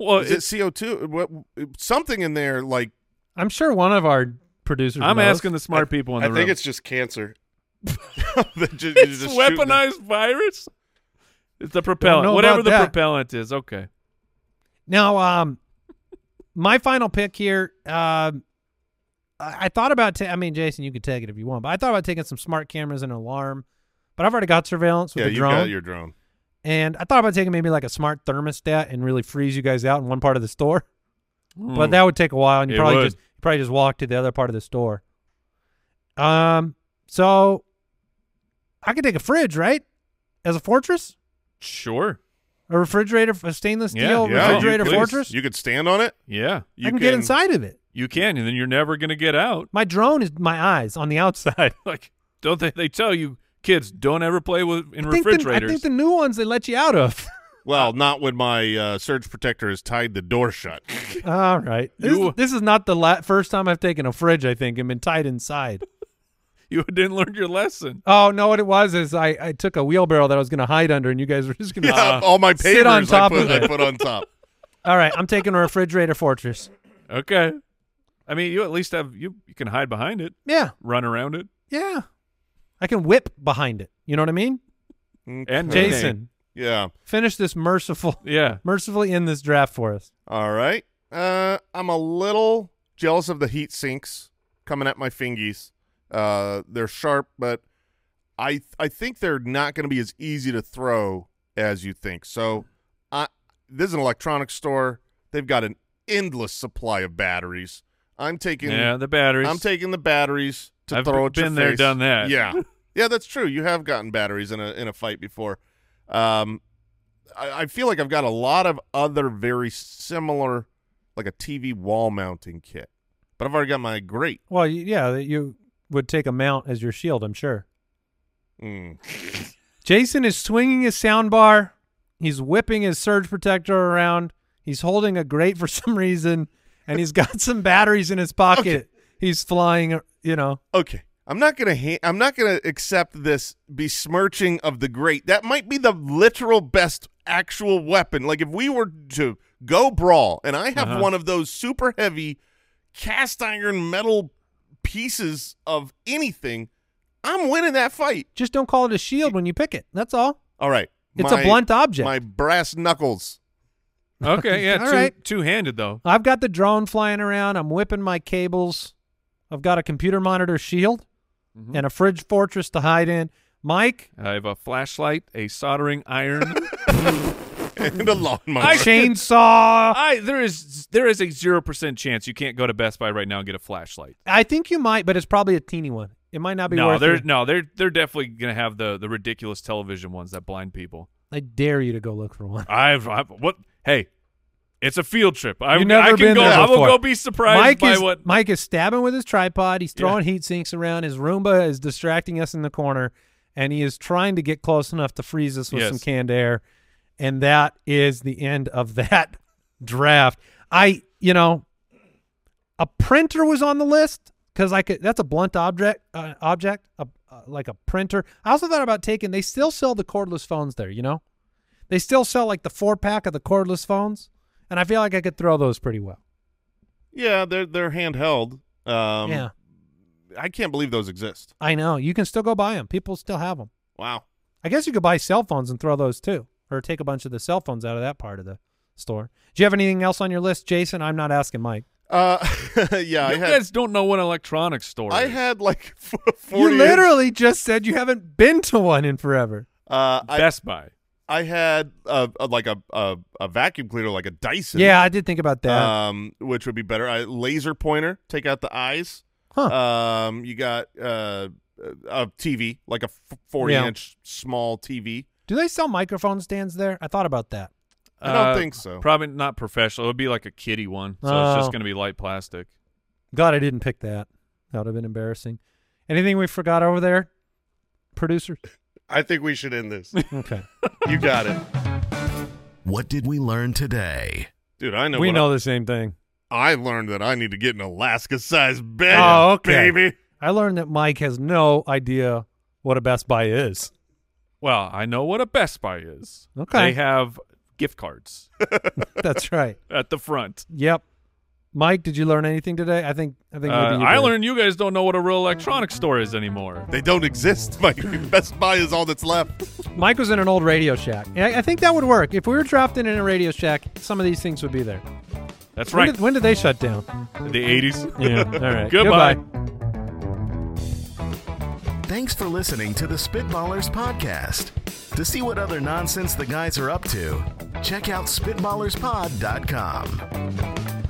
[SPEAKER 3] Well,
[SPEAKER 2] is it CO two? What something in there like
[SPEAKER 4] I'm sure one of our producers.
[SPEAKER 3] I'm
[SPEAKER 4] knows.
[SPEAKER 3] asking the smart people in
[SPEAKER 5] I
[SPEAKER 3] the
[SPEAKER 5] think
[SPEAKER 3] room.
[SPEAKER 5] it's just cancer.
[SPEAKER 2] that ju- you're
[SPEAKER 3] it's
[SPEAKER 2] just shooting them.
[SPEAKER 3] weaponized virus. It's the propellant,
[SPEAKER 4] know
[SPEAKER 3] whatever
[SPEAKER 4] about
[SPEAKER 3] the
[SPEAKER 4] that.
[SPEAKER 3] propellant is. Okay,
[SPEAKER 4] Now, um, my final pick here. Um, I I thought about. Ta- I mean, Jason, you could take it if you want, but I thought about taking some smart cameras and an alarm. But I've already got surveillance with
[SPEAKER 2] Yeah,
[SPEAKER 4] a
[SPEAKER 2] you
[SPEAKER 4] drone,
[SPEAKER 2] got your drone.
[SPEAKER 4] and I thought about taking maybe like a smart thermostat and really freeze you guys out in one part of the store.
[SPEAKER 2] Hmm.
[SPEAKER 4] But
[SPEAKER 3] Hmm.
[SPEAKER 4] that would take a while, and you
[SPEAKER 3] It
[SPEAKER 4] probably
[SPEAKER 3] would.
[SPEAKER 4] just you probably just walk to the other part of the store. Um, so I could take a fridge, right, as a fortress,
[SPEAKER 3] sure,
[SPEAKER 4] a refrigerator, a stainless
[SPEAKER 3] Yeah,
[SPEAKER 4] steel
[SPEAKER 3] yeah,
[SPEAKER 2] you
[SPEAKER 4] refrigerator
[SPEAKER 2] could-
[SPEAKER 4] fortress.
[SPEAKER 2] You could stand on it.
[SPEAKER 3] yeah,
[SPEAKER 2] You
[SPEAKER 4] I can get inside of it.
[SPEAKER 3] you can, and then you're never gonna get out.
[SPEAKER 4] My drone is my eyes on the outside.
[SPEAKER 3] Like, don't they? They tell you kids don't ever play with in
[SPEAKER 4] I think, the, I
[SPEAKER 3] refrigerators.
[SPEAKER 4] think the new ones they let you out of.
[SPEAKER 2] Well, not when my uh, surge protector has tied the door shut.
[SPEAKER 4] All right. This,
[SPEAKER 3] You-
[SPEAKER 4] this is not the la- first time I've taken a fridge, I think, and been tied inside.
[SPEAKER 3] you didn't learn your lesson.
[SPEAKER 4] Oh, no, what it was is I, I took a wheelbarrow that I was going to hide under, and you guys were just going to.
[SPEAKER 2] yeah, all my papers
[SPEAKER 4] sit on top
[SPEAKER 2] I, put,
[SPEAKER 4] of it.
[SPEAKER 2] I put on top.
[SPEAKER 4] All right, I'm taking a refrigerator fortress.
[SPEAKER 3] Okay, I mean, you at least have you. You can hide behind it,
[SPEAKER 4] Yeah,
[SPEAKER 3] run around it,
[SPEAKER 4] yeah. I can whip behind it. You know what I mean?
[SPEAKER 3] and
[SPEAKER 2] Okay.
[SPEAKER 4] Jason,
[SPEAKER 2] Yeah.
[SPEAKER 4] finish this merciful,
[SPEAKER 3] Yeah.
[SPEAKER 4] mercifully in this draft for us.
[SPEAKER 2] All right. Uh, I'm a little jealous of the heat sinks coming at my fingies. Uh, they're sharp, but I I think they're not going to be as easy to throw as you think. So, I this is an electronics store. They've got an endless supply of batteries. I'm taking
[SPEAKER 3] Yeah, the batteries.
[SPEAKER 2] I'm taking the batteries to
[SPEAKER 3] I've
[SPEAKER 2] throw at your
[SPEAKER 3] been there,
[SPEAKER 2] face.
[SPEAKER 3] done that.
[SPEAKER 2] Yeah, yeah, that's true. You have gotten batteries in a in a fight before. Um, I, I feel like I've got a lot of other very similar, like a TV wall mounting kit, but I've already got my great.
[SPEAKER 4] Well, you- yeah, you would take a mount as your shield, I'm sure.
[SPEAKER 2] Mm.
[SPEAKER 4] Jason is swinging his sound bar. He's whipping his surge protector around. He's holding a grate for some reason, and he's got some batteries in his pocket. He's flying, you know.
[SPEAKER 2] Okay, I'm not gonna ha- I'm not gonna accept this besmirching of the great. That might be the literal best actual weapon. Like if we were to go brawl, and I have
[SPEAKER 3] Uh-huh.
[SPEAKER 2] one of those super heavy cast iron metal pieces of anything, I'm winning that fight.
[SPEAKER 4] Just don't call it a shield when you pick it. That's all.
[SPEAKER 2] All right,
[SPEAKER 4] It's a blunt object.
[SPEAKER 2] My brass knuckles.
[SPEAKER 3] Okay, yeah,
[SPEAKER 4] All
[SPEAKER 3] two,
[SPEAKER 4] right.
[SPEAKER 3] two-handed though.
[SPEAKER 4] I've got the drone flying around. I'm whipping my cables. I've got a computer monitor shield
[SPEAKER 3] Mm-hmm.
[SPEAKER 4] and a fridge fortress to hide in. Mike,
[SPEAKER 3] I have a flashlight, a soldering iron.
[SPEAKER 2] And a lawnmower.
[SPEAKER 3] I-
[SPEAKER 4] chainsaw.
[SPEAKER 3] I there is there is a zero percent chance you can't go to Best Buy right now and get a flashlight.
[SPEAKER 4] I think you might, but it's probably a teeny one. It might not be
[SPEAKER 3] No,
[SPEAKER 4] worth
[SPEAKER 3] they're
[SPEAKER 4] it.
[SPEAKER 3] no, they're they're definitely gonna have the the ridiculous television ones that blind people.
[SPEAKER 4] I dare you to go look for one.
[SPEAKER 3] I've, I've what? Hey, it's a field trip. I've
[SPEAKER 4] You've never
[SPEAKER 3] I can
[SPEAKER 4] been
[SPEAKER 3] go.
[SPEAKER 4] there
[SPEAKER 3] I will
[SPEAKER 4] before.
[SPEAKER 3] go be surprised
[SPEAKER 4] Mike
[SPEAKER 3] by
[SPEAKER 4] is,
[SPEAKER 3] what.
[SPEAKER 4] Mike is stabbing with his tripod. He's throwing heat sinks around. His Roomba is distracting us in the corner, and he is trying to get close enough to freeze us with some
[SPEAKER 3] Yes.
[SPEAKER 4] canned air. And that is the end of that draft. I, you know, A printer was on the list because I could. That's a blunt object. Uh, object, a, uh, like a printer. I also thought about taking. They still sell the cordless phones there. You know, they still sell like the four pack of the cordless phones, and I feel like I could throw those pretty well.
[SPEAKER 2] Yeah, they're they're handheld. Um,
[SPEAKER 4] yeah,
[SPEAKER 2] I can't believe those exist.
[SPEAKER 4] I know. You can still go buy them. People still have them.
[SPEAKER 2] Wow.
[SPEAKER 4] I guess you could buy cell phones and throw those too, or take a bunch of the cell phones out of that part of the store. Do you have anything else on your list, Jason? I'm not asking Mike.
[SPEAKER 2] Uh, yeah, I
[SPEAKER 3] you
[SPEAKER 2] had
[SPEAKER 3] guys don't know what an electronics store
[SPEAKER 2] I
[SPEAKER 3] is.
[SPEAKER 2] had like f-
[SPEAKER 4] You
[SPEAKER 2] forty.
[SPEAKER 4] literally just said you haven't been to one in forever.
[SPEAKER 2] Uh, I
[SPEAKER 3] Best Buy.
[SPEAKER 2] I had uh a- like a, a a vacuum cleaner, like a Dyson.
[SPEAKER 4] Yeah, I did think about that.
[SPEAKER 2] Um, which would be better. I, laser pointer, take out the eyes.
[SPEAKER 4] huh.
[SPEAKER 2] Um, you got uh a TV, like a f- forty
[SPEAKER 4] Yeah.
[SPEAKER 2] inch small TV.
[SPEAKER 4] Do they sell microphone stands there? I thought about that.
[SPEAKER 2] I don't think so.
[SPEAKER 3] Uh, Probably not professional. It would be like a kitty one, so it's
[SPEAKER 4] Oh.
[SPEAKER 3] just going to be light plastic.
[SPEAKER 4] God, I didn't pick that. That would have been embarrassing. Anything we forgot over there, producers?
[SPEAKER 5] I think we should end this.
[SPEAKER 4] Okay,
[SPEAKER 5] You got it.
[SPEAKER 1] What did we learn today?
[SPEAKER 2] Dude, I know.
[SPEAKER 4] we
[SPEAKER 2] what
[SPEAKER 4] know the same thing.
[SPEAKER 2] I, I learned that I need to get an Alaska sized bed.
[SPEAKER 4] Oh, okay.
[SPEAKER 2] baby.
[SPEAKER 4] I learned that Mike has no idea what a Best Buy is.
[SPEAKER 3] Well, I know what a Best Buy is. They
[SPEAKER 4] Okay.
[SPEAKER 3] have gift cards
[SPEAKER 4] That's right.
[SPEAKER 3] at the front.
[SPEAKER 4] Yep. Mike, did you learn anything today? I think I think
[SPEAKER 3] Uh,
[SPEAKER 4] maybe you
[SPEAKER 3] I
[SPEAKER 4] did.
[SPEAKER 3] learned you guys don't know what a real electronics store is anymore.
[SPEAKER 2] They don't exist, Mike. Best Buy is all that's left.
[SPEAKER 4] Mike was in an old Radio Shack. And I, I think that would work. If we were drafted in a Radio Shack, some of these things would be there.
[SPEAKER 3] That's
[SPEAKER 4] When
[SPEAKER 3] right.
[SPEAKER 4] did, when did they shut down?
[SPEAKER 3] the 80s.
[SPEAKER 4] Yeah. All right.
[SPEAKER 3] Goodbye.
[SPEAKER 1] Thanks for listening to the Spitballers Podcast. To see what other nonsense the guys are up to, check out SpitballersPod.com.